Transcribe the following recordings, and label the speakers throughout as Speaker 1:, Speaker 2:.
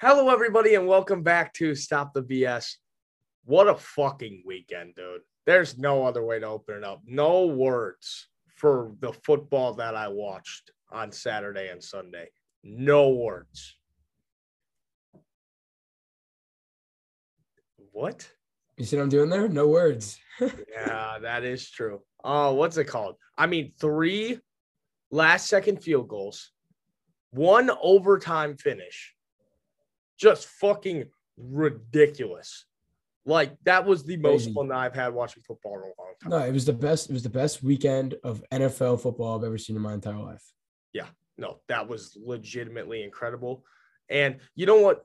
Speaker 1: Hello, everybody, and welcome back to Stop the BS. What a fucking weekend, dude. There's no other way to open it up. No words for the football that I watched on Saturday and Sunday. No words. What?
Speaker 2: You see what I'm doing there? No words.
Speaker 1: Yeah, that is true. Oh, what's it called? I mean, three last second field goals, one overtime finish. Just fucking ridiculous. Like that was the most
Speaker 2: Crazy.
Speaker 1: fun that I've had watching football in a long time.
Speaker 2: No, it was the best. It was the best weekend of NFL football I've ever seen in my entire life.
Speaker 1: no, that was legitimately incredible. And you know what?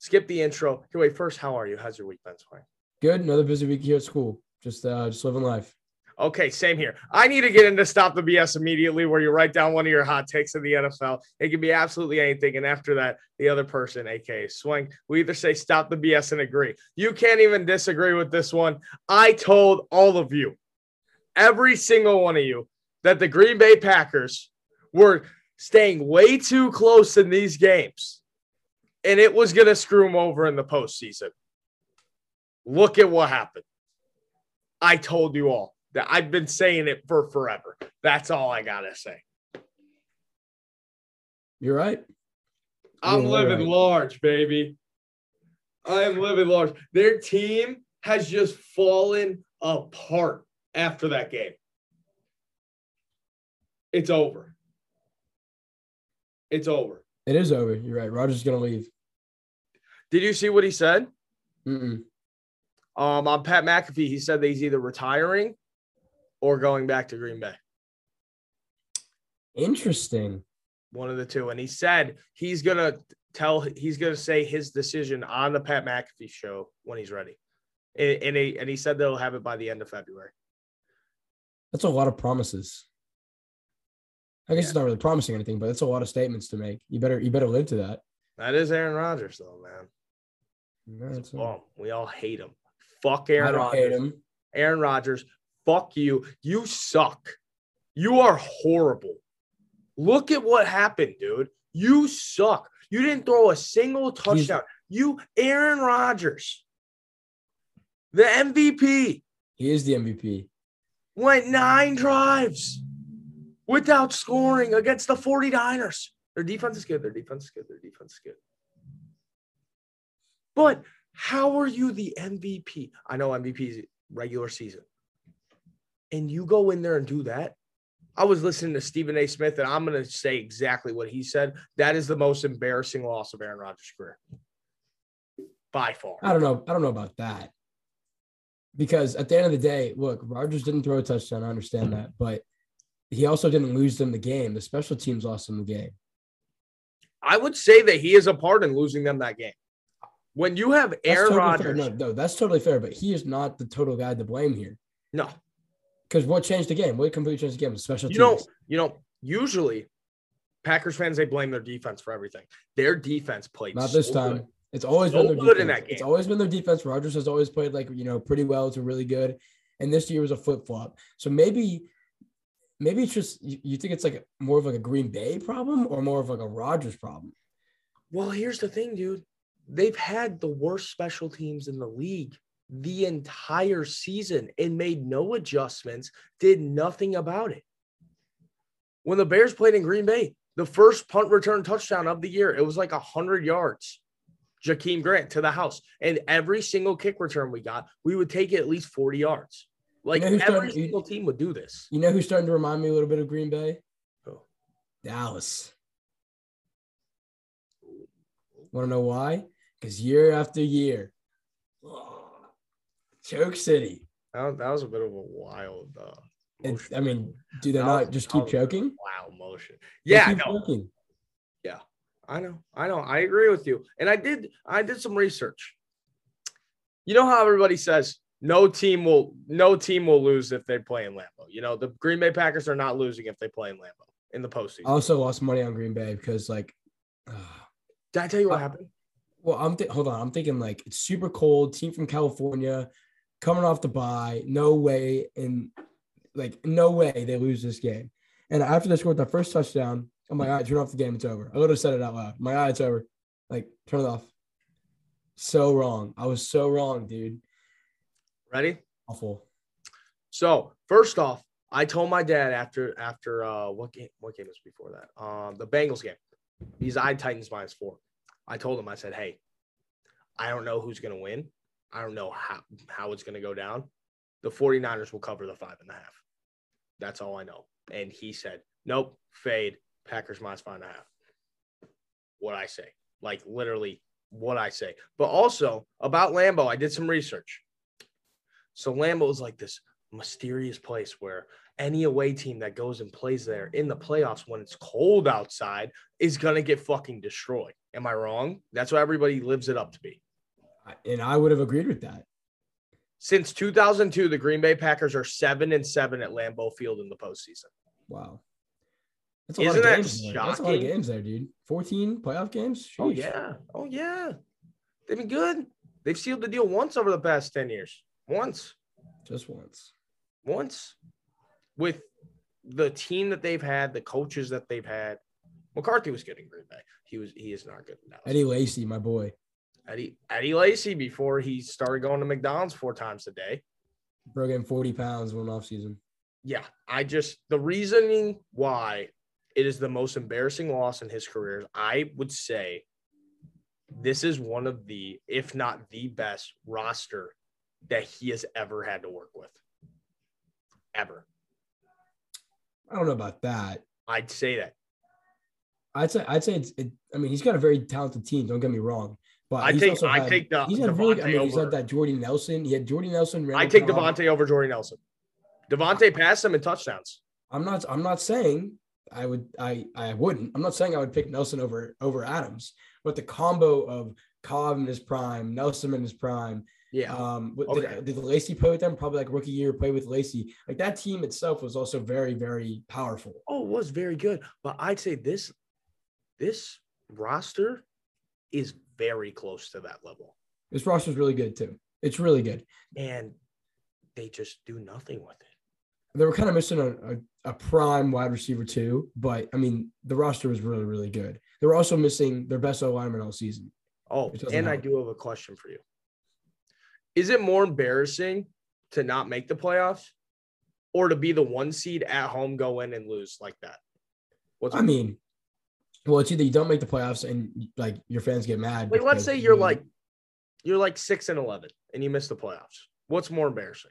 Speaker 1: Skip the intro. Hey, wait, first, how are you? How's your week been, Swain?
Speaker 2: Good. Another busy week here at school. Just uh just living life.
Speaker 1: Okay, same here. I need to get into Stop the BS immediately, where you write down one of your hot takes of the NFL. It can be absolutely anything. And after that, the other person, aka Swing, we either say Stop the BS and agree. You can't even disagree with this one. I told all of you, every single one of you, that the Green Bay Packers were staying way too close in these games and it was going to screw them over in the postseason. Look at what happened. I told you all that I've been saying it for forever. That's all I got to say.
Speaker 2: You're right.
Speaker 1: I'm
Speaker 2: Yeah,
Speaker 1: living
Speaker 2: right.
Speaker 1: large, baby. I am living large. Their team has just fallen apart after that game. It's over. It's over.
Speaker 2: It is over. You're right. Rogers is gonna leave.
Speaker 1: Did you see what he said?
Speaker 2: Mm-mm.
Speaker 1: Um, on Pat McAfee, he said that he's either retiring or going back to Green Bay.
Speaker 2: Interesting.
Speaker 1: one of the two. And he said he's gonna tell he's gonna say his decision on the Pat McAfee show when he's ready. And, and he and he said they'll have it by the end of February.
Speaker 2: That's a lot of promises. I guess
Speaker 1: Yeah.
Speaker 2: it's not really promising anything, but that's a lot of statements to make. You better you better live to that.
Speaker 1: That is Aaron Rodgers, though, man.
Speaker 2: Yeah,
Speaker 1: It's
Speaker 2: that's
Speaker 1: a
Speaker 2: all.
Speaker 1: bum. We all hate him. Fuck
Speaker 2: Hmm. I
Speaker 1: Aaron
Speaker 2: don't hate
Speaker 1: Rodgers.
Speaker 2: him.
Speaker 1: Aaron Rodgers, fuck you. You suck. You are horrible. Look at what happened, dude. You suck. You didn't throw a single touchdown. you, Aaron Rodgers, the MVP.
Speaker 2: He is the MVP.
Speaker 1: went nine drives without scoring against the 49ers. Their defense is good. Their defense is good. Their defense is good. But how are you the MVP? I know MVP is regular season. And you go in there and do that. I was listening to Stephen A. Smith, and I'm going to say exactly what he said. That is the most embarrassing loss of Aaron Rodgers' career by far.
Speaker 2: I don't know. I don't know about that. Because at the end of the day, look, Rodgers didn't throw a touchdown. I understand that, but he also didn't lose them the game. The special teams lost them the game.
Speaker 1: I would say that he is a part in losing them that game. When you have
Speaker 2: That's
Speaker 1: Aaron
Speaker 2: totally
Speaker 1: Rodgers,
Speaker 2: Fair. No, no, that's totally fair. But he is not the total guy to blame here.
Speaker 1: no,
Speaker 2: Because what changed the game? What completely changed the game? was Special
Speaker 1: you
Speaker 2: teams.
Speaker 1: know, you know, usually Packers fans they blame their defense for everything. Their defense played
Speaker 2: not this
Speaker 1: so
Speaker 2: time.
Speaker 1: good.
Speaker 2: It's always
Speaker 1: So
Speaker 2: been their
Speaker 1: good in
Speaker 2: defense.
Speaker 1: that
Speaker 2: It's
Speaker 1: game.
Speaker 2: always been their defense. Rodgers has always played like you know pretty well to really good, and this year was a flip flop. So maybe, maybe it's just you, you think it's like more of like a Green Bay problem or more of like a Rodgers problem.
Speaker 1: Well, here's the thing, dude. They've had the worst special teams in the league the entire season and made no adjustments, did nothing about it. When the Bears played in Green Bay, the first punt return touchdown of the year, it was like 100 yards. Jakeem Grant to the house. And every single kick return we got, we would take it at least 40 yards. Like
Speaker 2: know who's
Speaker 1: every
Speaker 2: starting-
Speaker 1: single team would do this.
Speaker 2: You know who's starting to remind me a little bit of Green Bay?
Speaker 1: Who?
Speaker 2: Dallas. Want to know why? Because year after year, choke city.
Speaker 1: That, that was a bit of a wild. Uh,
Speaker 2: It-
Speaker 1: motion.
Speaker 2: I mean, do they
Speaker 1: That
Speaker 2: not
Speaker 1: was-
Speaker 2: just
Speaker 1: that
Speaker 2: keep
Speaker 1: was a bit of a
Speaker 2: choking?
Speaker 1: Wild motion.
Speaker 2: They
Speaker 1: Yeah,
Speaker 2: keep
Speaker 1: no,
Speaker 2: choking.
Speaker 1: I know, I know, I agree with you. And I did, I did some research. You know how everybody says no team will, no team will lose if they play in Lambeau. You know the Green Bay Packers are not losing if they play in Lambeau in the postseason.
Speaker 2: I also lost money on Green Bay because, like, ah,
Speaker 1: did I tell you what
Speaker 2: uh,
Speaker 1: happened?
Speaker 2: well, I'm th- hold on. I'm thinking like it's super cold. Team from California, coming off the bye. No way, and like no way they lose this game. And after they scored that first touchdown, I'm like, all right, turn off the game. It's over. I literally said it out loud. My eye, it's over. Like, turn it off. So wrong. I was so wrong, dude.
Speaker 1: Ready?
Speaker 2: Awful.
Speaker 1: So first off, I told my dad after after uh what game what game was before that? Um the Bengals game. He's I Titans minus four. I told him, I said, Hey, I don't know who's gonna win. I don't know how how it's gonna go down. The 49ers will cover the five and a half. That's all I know. And he said, Nope, fade, Packers minus five and a half. What I say. Like literally what I say. But also about Lambo, I did some research. So Lambo is like this mysterious place where any away team that goes and plays there in the playoffs when it's cold outside is going to get fucking destroyed. Am I wrong? That's what everybody lives it up to be.
Speaker 2: And I would have agreed with that.
Speaker 1: Since 2002, the Green Bay Packers are seven and seven at Lambeau Field in the postseason.
Speaker 2: Wow. That's
Speaker 1: Isn't that
Speaker 2: games there. That's a lot of
Speaker 1: shocking?
Speaker 2: games there, dude. 14 playoff games?
Speaker 1: Oh
Speaker 2: Sheesh.
Speaker 1: yeah, oh yeah, they've been good. They've sealed the deal once over the past ten years. Once.
Speaker 2: Just once.
Speaker 1: once with the team that they've had, the coaches that they've had. McCarthy was good in Green Bay. He was he is not good now.
Speaker 2: Eddie Lacy, my boy.
Speaker 1: Eddie Eddie Lacy E, before he started going to McDonald's four times a day.
Speaker 2: Broke in 40 pounds one off season.
Speaker 1: Yeah, I just the reasoning why it is the most embarrassing loss in his career. I would say this is one of the, if not the best roster that he has ever had to work with. Ever.
Speaker 2: I don't know about that.
Speaker 1: I'd say that.
Speaker 2: I'd say I'd say it's it, I mean he's got a very talented team, don't get me wrong. But
Speaker 1: I
Speaker 2: he's
Speaker 1: take
Speaker 2: also
Speaker 1: I
Speaker 2: had-
Speaker 1: take the
Speaker 2: he's had really, I
Speaker 1: Devontae
Speaker 2: mean, he's
Speaker 1: over-
Speaker 2: had that Jordy Nelson. He had Jordy Nelson.
Speaker 1: I
Speaker 2: Randall
Speaker 1: take
Speaker 2: Cobb.
Speaker 1: Devontae over Jordy Nelson. Devontae passed him in touchdowns.
Speaker 2: I'm not. I'm not saying I would. I. I wouldn't. I'm not saying I would pick Nelson over over Adams. But the combo of Cobb in his prime, Nelson in his prime.
Speaker 1: Yeah.
Speaker 2: Um, what-
Speaker 1: Okay.
Speaker 2: did, did Lacey play with them? Probably like rookie year play with Lacey. Like that team itself was also very very powerful.
Speaker 1: oh, it was very good. But I'd say this this roster is very close to that level.
Speaker 2: This roster's really good too. It's really good.
Speaker 1: And they just do nothing with it.
Speaker 2: They were kind of missing a, a, a prime wide receiver too, but I mean the roster was really really good. They were also missing their best O lineman all season.
Speaker 1: Oh,
Speaker 2: It doesn't
Speaker 1: and I
Speaker 2: help.
Speaker 1: do have a question for you. Is it more embarrassing to not make the playoffs or to be the one seed at home, go in and lose like that? What's
Speaker 2: I mean, well, it's either you don't make the playoffs and like your fans get mad.
Speaker 1: Like, let's
Speaker 2: because
Speaker 1: say you're
Speaker 2: you-
Speaker 1: like, you're like six and eleven, and you miss the playoffs. What's more embarrassing?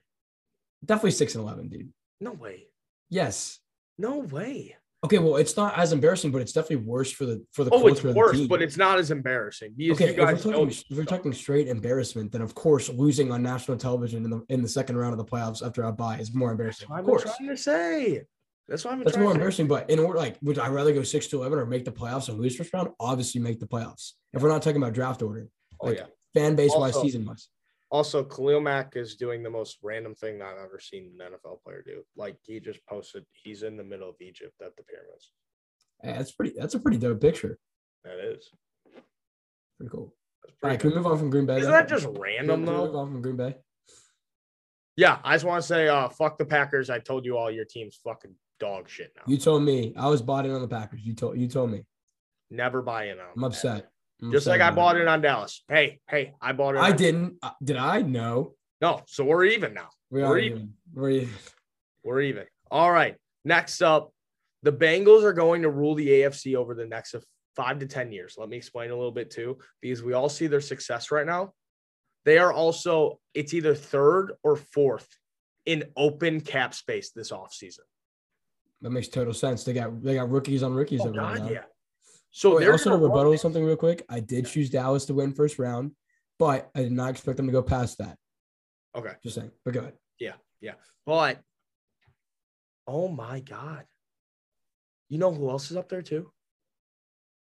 Speaker 2: definitely six and eleven, dude.
Speaker 1: No way.
Speaker 2: Yes.
Speaker 1: No way.
Speaker 2: Okay. Well, it's not as embarrassing, but it's definitely worse for the for the
Speaker 1: Oh, it's
Speaker 2: culture of the
Speaker 1: worse,
Speaker 2: team.
Speaker 1: but it's not as embarrassing because
Speaker 2: okay.
Speaker 1: you
Speaker 2: If we're,
Speaker 1: guys know.
Speaker 2: talking, if we're talking straight embarrassment, then of course losing on national television in the in the second round of the playoffs after a bye is more
Speaker 1: That's
Speaker 2: embarrassing.
Speaker 1: what I'm
Speaker 2: Of course,
Speaker 1: trying to say. That's what I'm
Speaker 2: that's
Speaker 1: trying
Speaker 2: more
Speaker 1: to say.
Speaker 2: embarrassing. But in order, like, would I rather go six to eleven or make the playoffs and lose first round? Obviously, make the playoffs. If we're not talking about draft order,
Speaker 1: Oh
Speaker 2: like-
Speaker 1: yeah.
Speaker 2: fan base wise,
Speaker 1: Also-
Speaker 2: season wise.
Speaker 1: Also, Khalil Mack is doing the most random thing I've ever seen an NFL player do. Like he just posted, he's in the middle of Egypt at the pyramids.
Speaker 2: Eh, That's pretty. That's a pretty dope picture.
Speaker 1: That is.
Speaker 2: Pretty cool.
Speaker 1: That's
Speaker 2: All
Speaker 1: pretty.
Speaker 2: right, can we move on from Green Bay?
Speaker 1: Isn't
Speaker 2: though?
Speaker 1: that just
Speaker 2: Can-
Speaker 1: random
Speaker 2: can we
Speaker 1: though?
Speaker 2: Move on from Green Bay.
Speaker 1: Yeah, I just want to say, uh, fuck the Packers. I told you all your team's fucking dog shit now.
Speaker 2: You told me I was bought in on the Packers. You told you told me.
Speaker 1: Never buy in on.
Speaker 2: I'm
Speaker 1: that.
Speaker 2: upset. I'm
Speaker 1: Just
Speaker 2: upset
Speaker 1: like I
Speaker 2: about
Speaker 1: bought it on Dallas. Hey, hey, I bought it.
Speaker 2: I
Speaker 1: on-
Speaker 2: didn't. Uh, Did I? No.
Speaker 1: No, so we're even now.
Speaker 2: We
Speaker 1: Were
Speaker 2: are.
Speaker 1: you-
Speaker 2: even. We're even.
Speaker 1: We're even. All right. Next up, the Bengals are going to rule the AFC over the next of five to 10 years. Let me explain a little bit too, because we all see their success right now. They are also, it's either third or fourth in open cap space this offseason.
Speaker 2: That makes total sense. They got they got rookies on rookies.
Speaker 1: Oh,
Speaker 2: over there
Speaker 1: God,
Speaker 2: now.
Speaker 1: yeah. So
Speaker 2: Wait,
Speaker 1: they're
Speaker 2: also to
Speaker 1: gonna run
Speaker 2: rebuttal something real quick. I did choose Dallas to win first round, but I did not expect them to go past that.
Speaker 1: Okay.
Speaker 2: Just saying. But go ahead.
Speaker 1: But oh my god. You know who else is up there too?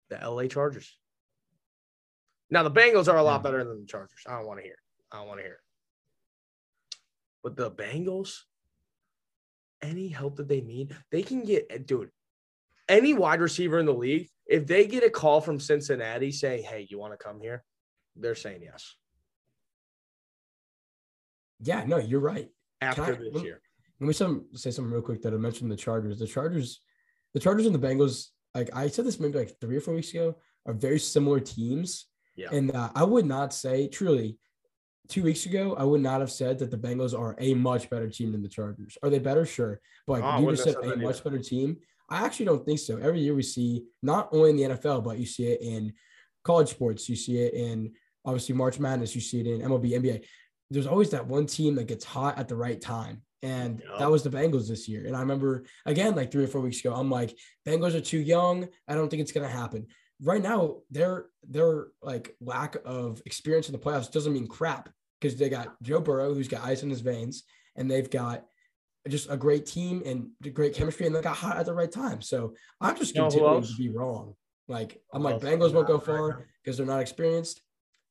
Speaker 1: The LA Chargers. Now the Bengals are a lot
Speaker 2: Yeah.
Speaker 1: better than the Chargers. I don't want to hear. It. I don't want to hear. It. But the Bengals, any help that they need, they can get eh, dude. Any wide receiver in the league, if they get a call from Cincinnati saying, Hey, you want to come here? They're saying yes
Speaker 2: Yeah. No, you're right.
Speaker 1: after
Speaker 2: I-
Speaker 1: this
Speaker 2: let-
Speaker 1: year.
Speaker 2: Let me some, say something real quick that I mentioned the Chargers. The Chargers, the Chargers and the Bengals. Like I said this maybe like three or four weeks ago, are very similar teams.
Speaker 1: Yeah.
Speaker 2: And uh, I would not say, truly, two weeks ago, I would not have said that the Bengals are a much better team than the Chargers. Are they better? Sure. But
Speaker 1: Oh, I
Speaker 2: like, you
Speaker 1: wouldn't
Speaker 2: just
Speaker 1: have
Speaker 2: said
Speaker 1: said
Speaker 2: a
Speaker 1: that
Speaker 2: much better team. I actually don't think so. Every year we see, not only in the NFL, but you see it in college sports, you see it in obviously March Madness, you see it in MLB, NBA. There's always that one team that gets hot at the right time. And
Speaker 1: Yeah.
Speaker 2: that was the Bengals this year. And I remember again, like three or four weeks ago, I'm like, Bengals are too young. I don't think it's gonna happen. Right now, their their like lack of experience in the playoffs doesn't mean crap because they got Joe Burrow, who's got ice in his veins, and they've got just a great team and great chemistry, and they got hot at the right time. So I'm just
Speaker 1: You know who
Speaker 2: continuing
Speaker 1: else?
Speaker 2: to be wrong. Like I'm
Speaker 1: Who
Speaker 2: like
Speaker 1: else
Speaker 2: Bengals
Speaker 1: is
Speaker 2: won't go
Speaker 1: out right now?
Speaker 2: far because they're not experienced.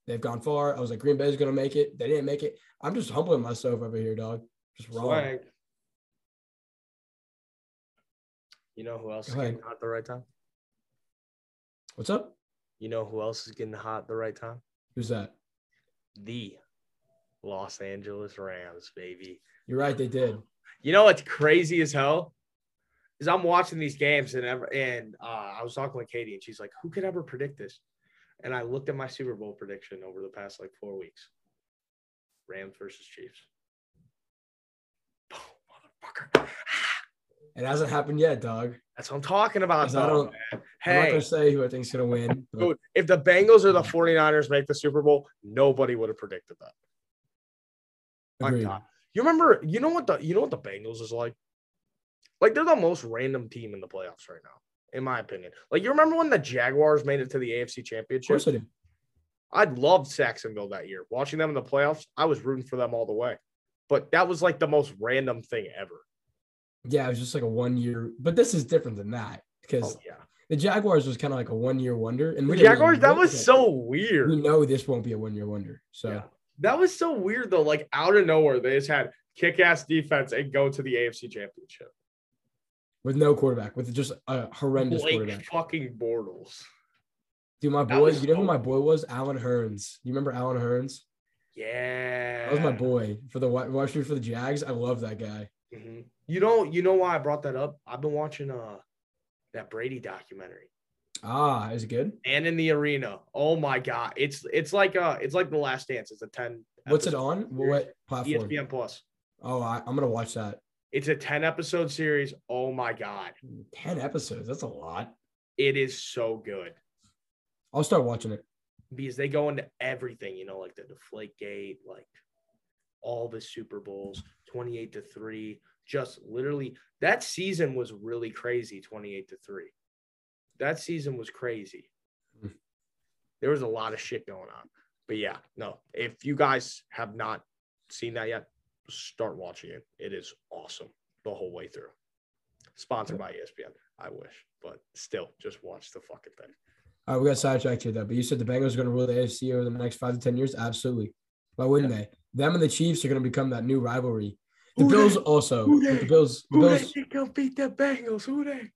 Speaker 2: They've gone far. I was like, Green Bay's gonna make it. They didn't make it. I'm just humbling myself over here, dog. Just wrong.
Speaker 1: Swank. You know who else is
Speaker 2: Go ahead.
Speaker 1: getting hot at the right time?
Speaker 2: What's up?
Speaker 1: You know who else is getting hot at the right time?
Speaker 2: Who's that?
Speaker 1: The Los Angeles Rams, baby.
Speaker 2: You're right. They did.
Speaker 1: You know what's crazy as hell? Is I'm watching these games and ever and uh, I was talking with Katie and she's like, "Who could ever predict this?" And I looked at my Super Bowl prediction over the past like four weeks: Rams versus Chiefs. Boom, motherfucker.
Speaker 2: It hasn't happened yet, dog.
Speaker 1: That's what I'm talking about.
Speaker 2: 'Cause I
Speaker 1: though,
Speaker 2: don't-
Speaker 1: man.
Speaker 2: I'm not
Speaker 1: Hey,
Speaker 2: gonna say who I think's gonna win. but
Speaker 1: Dude, if the Bengals or the 49ers make the Super Bowl, nobody would have predicted that. I'm
Speaker 2: agreed.
Speaker 1: not. You remember, you know what the you know what the Bengals is like? Like they're the most random team in the playoffs right now, in my opinion. Like you remember when the Jaguars made it to the AFC
Speaker 2: Of
Speaker 1: Championship?
Speaker 2: course I do.
Speaker 1: I loved Saxonville that year. Watching them in the playoffs, I was rooting for them all the way. But that was like the most random thing ever.
Speaker 2: Yeah, it was just like a one year, but this is different than that because
Speaker 1: Oh, yeah.
Speaker 2: the Jaguars was kind of like a one year wonder, and
Speaker 1: The
Speaker 2: we didn't really
Speaker 1: Jaguars, that
Speaker 2: know
Speaker 1: was so weird.
Speaker 2: We know this won't be a one year wonder. So
Speaker 1: Yeah. That was so weird though. Like out of nowhere, they just had kick ass defense and go to the AFC championship.
Speaker 2: with no quarterback, with just a horrendous
Speaker 1: Blake
Speaker 2: quarterback.
Speaker 1: fucking Bortles.
Speaker 2: Dude, my
Speaker 1: That
Speaker 2: boy,
Speaker 1: was
Speaker 2: you know who
Speaker 1: so-
Speaker 2: my boy was? Alan Hearns. You remember Alan Hearns?
Speaker 1: Yeah.
Speaker 2: That was my boy for the Wa- Washington for the Jags. I love that guy.
Speaker 1: Mhm. You know, you know why I brought that up? I've been watching uh that Brady documentary.
Speaker 2: Ah, is it good?
Speaker 1: And in the arena. Oh my god. It's it's like uh it's like the last dance. It's a 10
Speaker 2: What's it
Speaker 1: episode E
Speaker 2: on? What
Speaker 1: series.
Speaker 2: platform?
Speaker 1: ESPN plus.
Speaker 2: Oh, I, I'm gonna watch that.
Speaker 1: It's a 10 episode series. Oh my god.
Speaker 2: Ten episodes. That's a lot.
Speaker 1: It is so good.
Speaker 2: I'll start watching it.
Speaker 1: because they go into everything, you know, like the deflate gate, like all the Super Bowls, 28 to 3. Just literally that season was really crazy, 28 to 3. That season was crazy.
Speaker 2: Mhm.
Speaker 1: There was a lot of shit going on. But yeah, no, if you guys have not seen that yet, start watching it. It is awesome the whole way through. Sponsored by E ESPN, I wish, but still, just watch the fucking thing.
Speaker 2: All right, we got sidetracked here though. But you said the Bengals are going to rule the AFC over the next five to ten years. Absolutely. Why wouldn't they? Them and the Chiefs are going to become that new rivalry. The
Speaker 1: Who
Speaker 2: Bills
Speaker 1: dat?
Speaker 2: also.
Speaker 1: Who
Speaker 2: but The
Speaker 1: dat?
Speaker 2: Bills. The
Speaker 1: Who they
Speaker 2: Bills.
Speaker 1: think gonna beat the Bengals? Who they?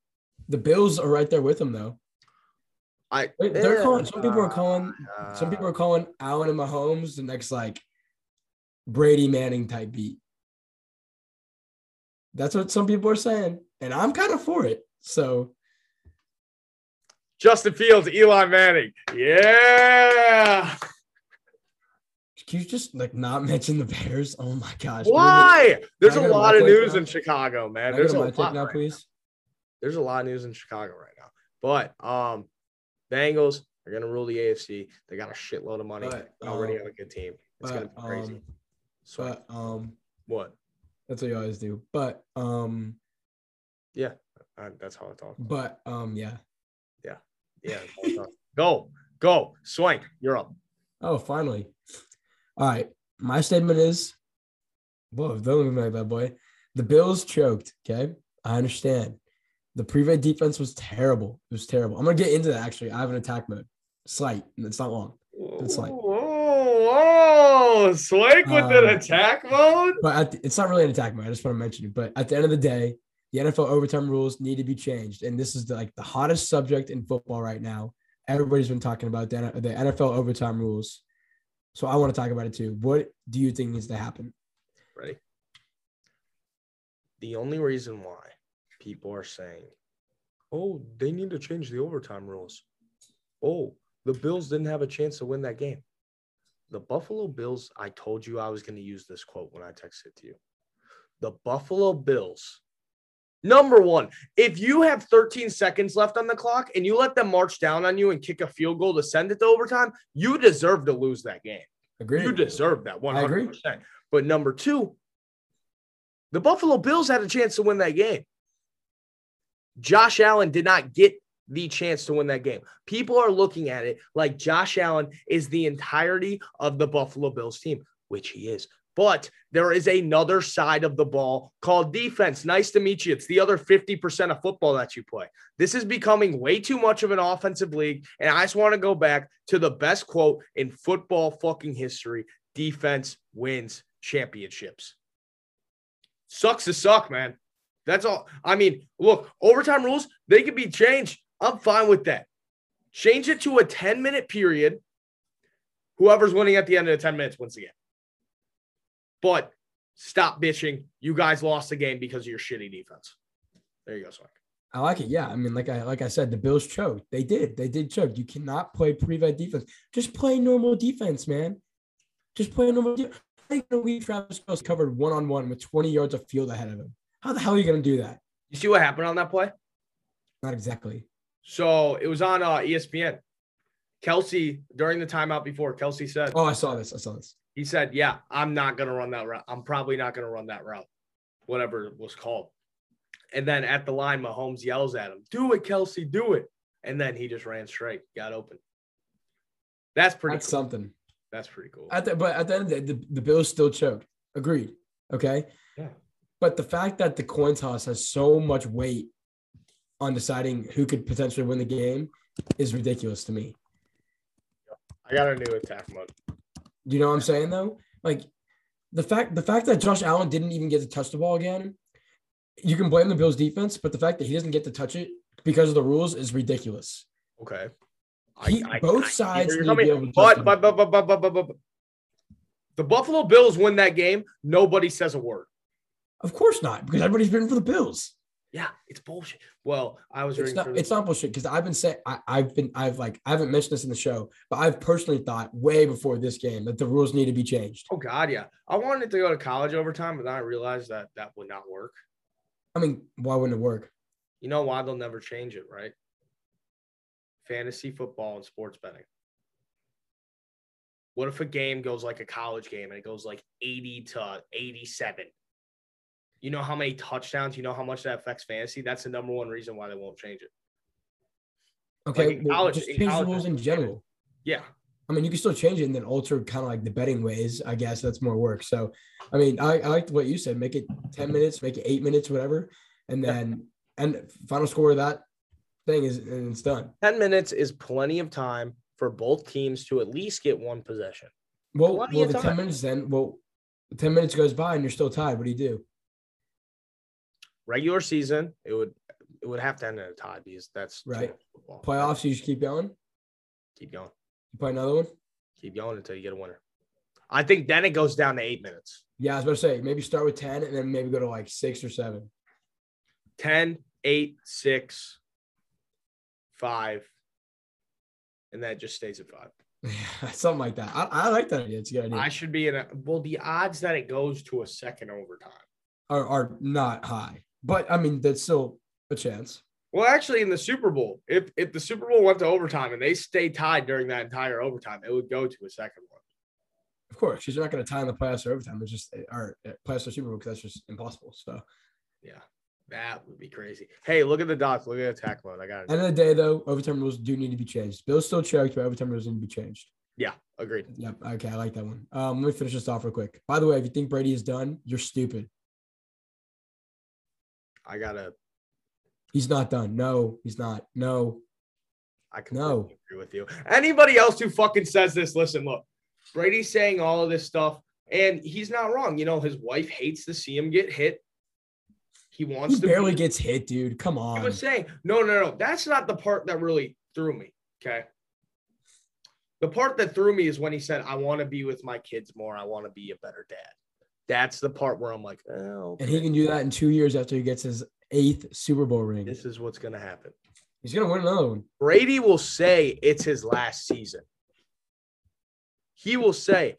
Speaker 2: The Bills are right there with them though.
Speaker 1: I.
Speaker 2: They- They're calling. Some people are calling. Some
Speaker 1: Uh,
Speaker 2: people are calling Allen and Mahomes the next like Brady Manning type beat. That's what some people are saying, and I'm kind of for it. So
Speaker 1: Justin Fields, Eli Manning. Yeah.
Speaker 2: can you just like not mention the Bears? Oh my gosh! we're really-
Speaker 1: Why? There's a
Speaker 2: Can I get a
Speaker 1: lot of
Speaker 2: mic right
Speaker 1: news
Speaker 2: now?
Speaker 1: in Chicago, man.
Speaker 2: Can I get
Speaker 1: There's
Speaker 2: a
Speaker 1: a
Speaker 2: mic check
Speaker 1: lot.
Speaker 2: now,
Speaker 1: right-
Speaker 2: please.
Speaker 1: There's a lot of news in Chicago right now. But um, Bengals are gonna rule the AFC. They got a shitload of money.
Speaker 2: But,
Speaker 1: They already
Speaker 2: um,
Speaker 1: have a good team. It's
Speaker 2: But,
Speaker 1: gonna be crazy.
Speaker 2: Um,
Speaker 1: so
Speaker 2: but um,
Speaker 1: what?
Speaker 2: that's what you always do. But um,
Speaker 1: Uh, that's how I talk.
Speaker 2: but um, yeah.
Speaker 1: Yeah. that's how I talk. go, go, Swank. You're up.
Speaker 2: Oh, finally. All right. My statement is, whoa, don't look like that boy. The Bills choked. Okay, I understand. The pre-red defense was terrible. It was terrible. I'm gonna get into that actually. I have an attack mode, slight. and It's not long. It's like-
Speaker 1: whoa, whoa, Swank with an
Speaker 2: Uh,
Speaker 1: attack mode.
Speaker 2: but at the- it's not really an attack mode. I just want to mention it. But at the end of the day, the NFL overtime rules need to be changed, and this is the, like the hottest subject in football right now. Everybody's been talking about the, N- the NFL overtime rules, so I want to talk about it too. What do you think needs to happen?
Speaker 1: Ready? The only reason why people are saying, oh, they need to change the overtime rules oh, the Bills didn't have a chance to win that game. The Buffalo Bills, I told you I was going to use this quote when I texted it to you. The Buffalo Bills, number one, if you have 13 seconds left on the clock and you let them march down on you and kick a field goal to send it to overtime, you deserve to lose that game.
Speaker 2: Agreed.
Speaker 1: You deserve that
Speaker 2: I agree.
Speaker 1: 100%. But number two, the Buffalo Bills had a chance to win that game. Josh Allen did not get the chance to win that game. People are looking at it like Josh Allen is the entirety of the Buffalo Bills team, which he is. But there is another side of the ball called defense. Nice to meet you. It's the other 50% of football that you play. This is becoming way too much of an offensive league. And I just want to go back to the best quote in football fucking history defense wins championships. Sucks to suck, man. That's all. I mean, look, overtime rules, they can be changed. I'm fine with that. Change it to a 10 minute period. Whoever's winning at the end of the 10 minutes wins the game. But stop bitching. You guys lost the game because of your shitty defense. There you go, Swag.
Speaker 2: I like it. Yeah, I mean, like I like I said, the Bills choked. They did. They did choke. You cannot play prevent defense. Just play normal defense, man. Just play normal. De- How you gonna leave Travis Kelce covered one on one with twenty yards of field ahead of him? How the hell are you gonna do that?
Speaker 1: You see what happened on that play?
Speaker 2: Not exactly.
Speaker 1: So it was on uh, ESPN. Kelsey, during the timeout before, Kelsey said,
Speaker 2: Oh, I saw this. I saw this.
Speaker 1: he said, Yeah, I'm not going to run that route. I'm probably not going to run that route, whatever it was called. And then at the line, Mahomes yells at him, Do it, Kelsey, do it. And then he just ran straight, got open. That's pretty
Speaker 2: That's
Speaker 1: cool.
Speaker 2: something.
Speaker 1: That's pretty cool.
Speaker 2: At the, but at the end of the day, the, the Bills still choked. Agreed. Okay.
Speaker 1: Yeah.
Speaker 2: But the fact that the coin toss has so much weight on deciding who could potentially win the game is ridiculous to me.
Speaker 1: I got a new attack mode.
Speaker 2: Do you know what I'm saying though? Like the fact the fact that Josh Allen didn't even get to touch the ball again, you can blame the Bills defense, but the fact that he doesn't get to touch it because of the rules is ridiculous.
Speaker 1: Okay.
Speaker 2: He- both
Speaker 1: see
Speaker 2: sides
Speaker 1: where you're
Speaker 2: need to be
Speaker 1: coming-
Speaker 2: able to
Speaker 1: but,
Speaker 2: justify
Speaker 1: but, but, but, but, but, but, but- the Buffalo Bills win that game. Nobody says a word.
Speaker 2: Of course not, because everybody's been for the Bills.
Speaker 1: Yeah, it's bullshit. Well, I was
Speaker 2: It's
Speaker 1: reading.
Speaker 2: not
Speaker 1: through the-
Speaker 2: it's not bullshit because I've been saying I, I've been I've like I haven't mentioned this in the show, but I've personally thought way before this game that the rules need to be changed.
Speaker 1: oh God, yeah. I wanted to go to college overtime, but then I realized that that would not work.
Speaker 2: I mean, why wouldn't it work?
Speaker 1: You know why they'll never change it, right? Fantasy football and sports betting. What if a game goes like a college game and it goes like 80 to 87? You know how many touchdowns, you know how much that affects fantasy? That's the number one reason why they won't change it.
Speaker 2: Okay,
Speaker 1: in
Speaker 2: well,
Speaker 1: college-
Speaker 2: just
Speaker 1: in
Speaker 2: change the
Speaker 1: college,
Speaker 2: rules in general.
Speaker 1: Yeah.
Speaker 2: I mean, you can still change it and then alter kind of like the betting ways. I guess that's more work. So, I mean, I, I liked what you said. Make it ten minutes, make it eight minutes, whatever, and
Speaker 1: Yeah.
Speaker 2: then and final score of that thing is and it's done.
Speaker 1: 10 minutes is plenty of time for both teams to at least get one possession.
Speaker 2: Well,
Speaker 1: Plenty
Speaker 2: well,
Speaker 1: of
Speaker 2: the ten
Speaker 1: time.
Speaker 2: minutes then. Well, ten minutes goes by and you're still tied. What do you do?
Speaker 1: Regular season, it would it would have to end in a tie because that's too
Speaker 2: Right.
Speaker 1: much football.
Speaker 2: Playoffs, you just keep going.
Speaker 1: Keep going.
Speaker 2: You play another one.
Speaker 1: Keep going until you get a winner. I think then it goes down to eight minutes.
Speaker 2: Yeah, I was about to say maybe start with ten and then maybe go to like six or seven.
Speaker 1: 10, 8, 6, 5. And that just stays at 5.
Speaker 2: Something like that. I, I like that idea. It's a good idea.
Speaker 1: I should be in a well, the odds that it goes to a second overtime.
Speaker 2: are are not high, but I mean that's still a chance.
Speaker 1: Well, actually, in the Super Bowl, if if the Super Bowl went to overtime and they stayed tied during that entire overtime, it would go to a second one.
Speaker 2: Of course, she's not going to tie in the playoffs or overtime. It's just or uh, playoffs or Super Bowl because that's just impossible. So,
Speaker 1: Yeah. That would be crazy. Hey, look at the dots. Look at attack mode. I got it.
Speaker 2: end of the day, though, overtime rules do need to be changed. Bills still choked, but overtime rules need to be changed.
Speaker 1: Yeah, agreed.
Speaker 2: Yep. Okay, I like that one. Um, let me finish this off real quick. By the way, if you think Brady is done, you're stupid.
Speaker 1: I gotta
Speaker 2: He's not done. No, he's not. No,
Speaker 1: I completely
Speaker 2: No.
Speaker 1: agree with you. Anybody else who fucking says this, listen, look, Brady's saying all of this stuff, and he's not wrong. You know, his wife hates to see him get hit. He wants
Speaker 2: he
Speaker 1: to
Speaker 2: barely
Speaker 1: be-
Speaker 2: gets hit, dude. Come
Speaker 1: I
Speaker 2: on.
Speaker 1: was saying, no, no, no. That's not the part that really threw me. Okay. The part that threw me is when he said, I want to be with my kids more. I want to be a better dad. That's the part where I'm like, oh,
Speaker 2: And he can do that in two years after he gets his eighth Super Bowl ring.
Speaker 1: this is what's going to happen.
Speaker 2: He's gonna win another one.
Speaker 1: Brady will say it's his last season. He will say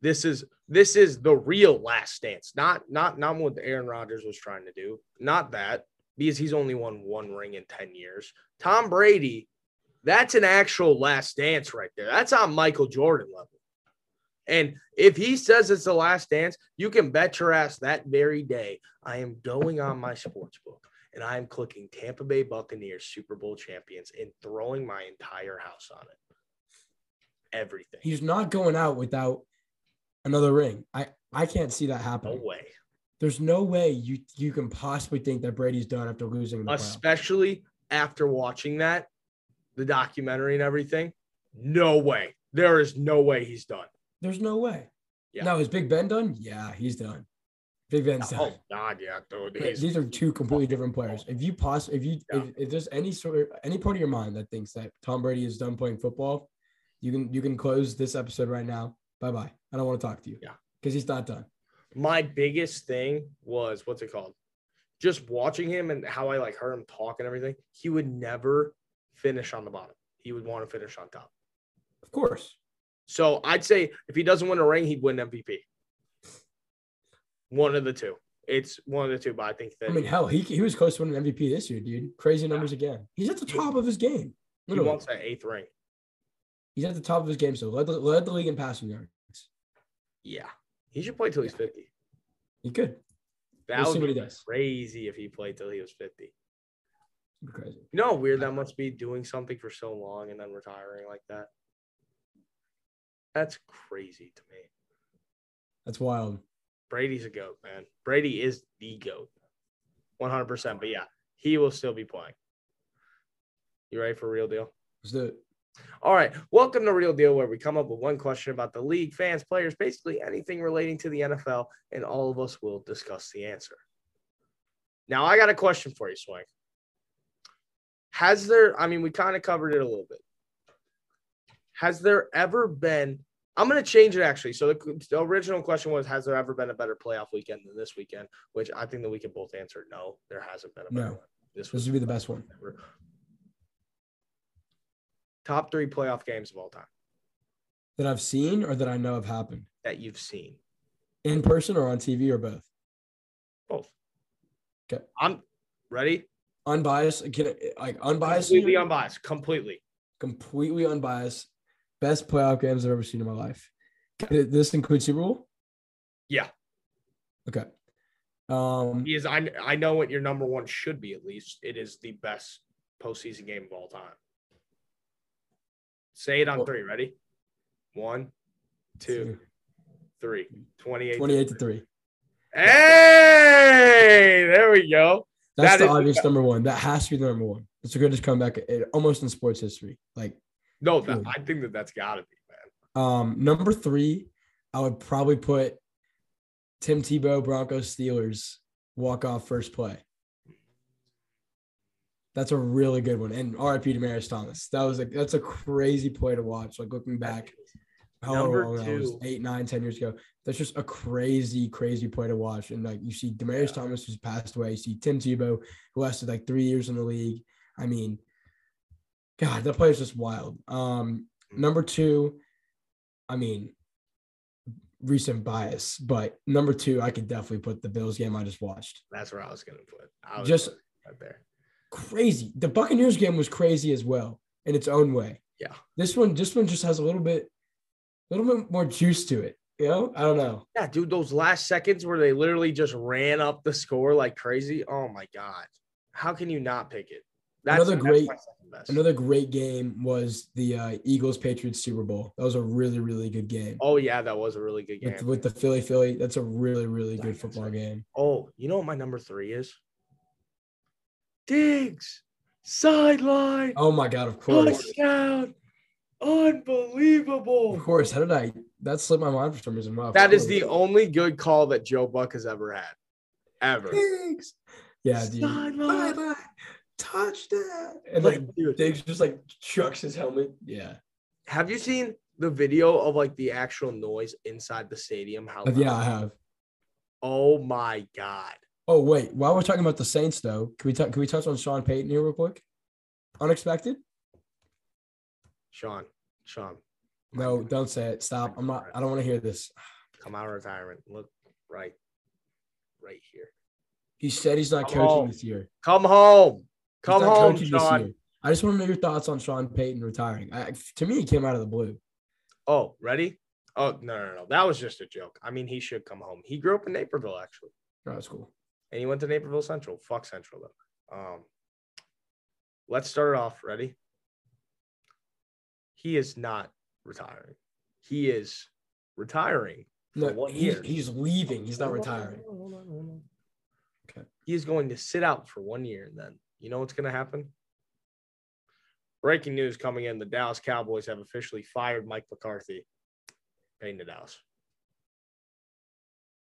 Speaker 1: this is this is the real last dance, not not not what Aaron Rodgers was trying to do. Not that because he's only won one ring in 10 years. Tom Brady, that's an actual last dance right there. That's on Michael Jordan level. And if he says it's the last dance, you can bet your ass that very day I am going on my sports book and I am clicking Tampa Bay Buccaneers Super Bowl champions and throwing my entire house on it. Everything.
Speaker 2: He's not going out without another ring. I I can't see that
Speaker 1: No
Speaker 2: happening.
Speaker 1: way.
Speaker 2: There's no way you you can possibly think that Brady's done after losing. in The playoffs.
Speaker 1: especially after watching that, the documentary and everything. No way. There is no way he's done.
Speaker 2: There's no way.
Speaker 1: Yeah.
Speaker 2: Now is Big Ben done? Yeah, he's done. Big Ben's done.
Speaker 1: Oh God, yeah, dude.
Speaker 2: Th-
Speaker 1: He's,
Speaker 2: These are two completely different players. If you poss if you
Speaker 1: Yeah.
Speaker 2: if, if there's any sort of any part of your mind that thinks that Tom Brady is done playing football, you can you can close this episode right now. Bye bye. I don't want to talk to you.
Speaker 1: Yeah.
Speaker 2: because he's not done.
Speaker 1: my biggest thing was what's it called? Just watching him and how I like heard him talk and everything. He would never finish on the bottom. He would want to finish on top.
Speaker 2: Of course.
Speaker 1: So I'd say if he doesn't win a ring, he'd win MVP. One of the two. It's one of the two, but I think that
Speaker 2: I mean, hell, he, he was close to winning MVP this year, dude. Crazy numbers again. He's at the top of his game.
Speaker 1: he
Speaker 2: Literally.
Speaker 1: wants that eighth ring.
Speaker 2: He's at the top of his game. So led the, led the league in passing yards.
Speaker 1: Yeah. He should play till he's 50.
Speaker 2: He could.
Speaker 1: That
Speaker 2: We'll
Speaker 1: would
Speaker 2: see what
Speaker 1: be
Speaker 2: he does.
Speaker 1: crazy if he played till he was 50.
Speaker 2: It'd be Crazy.
Speaker 1: You know how weird that must be doing something for so long and then retiring like that? That's crazy to me.
Speaker 2: That's wild.
Speaker 1: Brady's a GOAT, man. Brady is the GOAT. 100%. But yeah, he will still be playing. You ready for real deal?
Speaker 2: Let's do it.
Speaker 1: All right. Welcome to Real Deal, where we come up with one question about the league, fans, players, basically anything relating to the NFL, and all of us will discuss the answer. Now, I got a question for you, Swing. Has there, I mean, we kind of covered it a little bit. Has there ever been, I'm going to change it actually. So the, the original question was, has there ever been a better playoff weekend than this weekend? Which I think that we can both answer no, there hasn't been a better
Speaker 2: No.
Speaker 1: one. This
Speaker 2: This
Speaker 1: was
Speaker 2: would be the best one.
Speaker 1: top three playoff games of all time
Speaker 2: That I've seen or that I know have happened
Speaker 1: that you've seen.
Speaker 2: in person or on TV or both.
Speaker 1: Both.
Speaker 2: Okay.
Speaker 1: I'm ready.
Speaker 2: Unbiased, can I- like unbiased,
Speaker 1: Completely unbiased. Completely.
Speaker 2: completely unbiased. Best playoff games I've ever seen in my life. Could it- This includes Super Bowl.
Speaker 1: Yeah.
Speaker 2: Okay. Um,
Speaker 1: Because I I know what your number one should be at least. It is the best postseason game of all time. Say it on
Speaker 2: Well-
Speaker 1: three. Ready? One, two, three. 28.
Speaker 2: 28 to three.
Speaker 1: Hey, there we go.
Speaker 2: That's
Speaker 1: That
Speaker 2: the
Speaker 1: is-
Speaker 2: obvious number one. That has to be the number one. It's the greatest comeback eh, almost in sports history. Like,
Speaker 1: No, that, I think that that's got to be, man.
Speaker 2: um, number three, I would probably put Tim Tebow, Broncos, Steelers, walk off first play. That's a really good one. And RIP to Maris Thomas. That was a that's a crazy play to watch. Like looking back, how
Speaker 1: Number
Speaker 2: long Oh, that was
Speaker 1: two.
Speaker 2: eight, nine, ten years ago. That's just a crazy, crazy play to watch. And like you see Demarius Thomas who's passed away. You see Tim Tebow, who lasted like three years in the league. I mean, God, that play is just wild. Um, number two, I mean, recent bias, but number two, I could definitely put the Bills game I just watched.
Speaker 1: That's where I was gonna put. I was
Speaker 2: Just-
Speaker 1: gonna put it right there.
Speaker 2: Crazy. The Buccaneers game was crazy as well in its own way.
Speaker 1: Yeah.
Speaker 2: This one, this one just has a little bit, a little bit more juice to it. You know, I don't know.
Speaker 1: Yeah, dude, those last seconds where they literally just ran up the score like crazy. Oh my god, how can you not pick it?
Speaker 2: Another great-
Speaker 1: second best.
Speaker 2: Another great game was the uh, Eagles Patriots Super Bowl. That was a really, really good game.
Speaker 1: oh yeah, that was a really good game.
Speaker 2: With, with the Philly Philly, that's a really, really good football game.
Speaker 1: oh, you know what my number three is? Diggs sideline
Speaker 2: Oh my God! Of course,
Speaker 1: touchdown,
Speaker 2: of
Speaker 1: unbelievable.
Speaker 2: course. How did I? That slipped my mind for some reason. Wow, of
Speaker 1: That is
Speaker 2: course.
Speaker 1: the only good call that Joe Buck has ever had, ever.
Speaker 2: Diggs. Yeah, dude.
Speaker 1: Sideline.
Speaker 2: Bye-bye. Touchdown. And like
Speaker 1: Like, dude,
Speaker 2: Diggs just like chucks his helmet. Yeah.
Speaker 1: have you seen the video of like the actual noise inside the stadium? How loud
Speaker 2: yeah, I have.
Speaker 1: Oh my god.
Speaker 2: Oh wait, while we're talking about the Saints though, can we talk? Can we touch on Sean Payton here real quick? Unexpected?
Speaker 1: Sean, Sean,
Speaker 2: No, don't say it. Stop. I'm not. I don't want to hear this.
Speaker 1: come out of retirement. Look right, right here.
Speaker 2: He said he's not
Speaker 1: Come
Speaker 2: coaching
Speaker 1: home.
Speaker 2: this year. He's
Speaker 1: Come home. Come
Speaker 2: not
Speaker 1: home,
Speaker 2: coaching this
Speaker 1: Sean.
Speaker 2: year. I just want to know your thoughts on Sean Payton retiring. I, to me, he came out of the blue.
Speaker 1: Oh, ready? Oh, no, no, no. That was just a joke. I mean, he should come home. He grew up in Naperville, actually.
Speaker 2: No, that's cool.
Speaker 1: And he went to Naperville Central. Fuck Central, though. Um, let's start it off. Ready? He is not retiring. He is retiring. For
Speaker 2: No,
Speaker 1: one
Speaker 2: he,
Speaker 1: year.
Speaker 2: he's leaving. He's not
Speaker 1: Hold on,
Speaker 2: retiring.
Speaker 1: hold on, hold on, hold on.
Speaker 2: Okay.
Speaker 1: He is going to sit out for one year, and then you know what's going to happen. Breaking news coming in: the Dallas Cowboys have officially fired Mike McCarthy, paying to Dallas.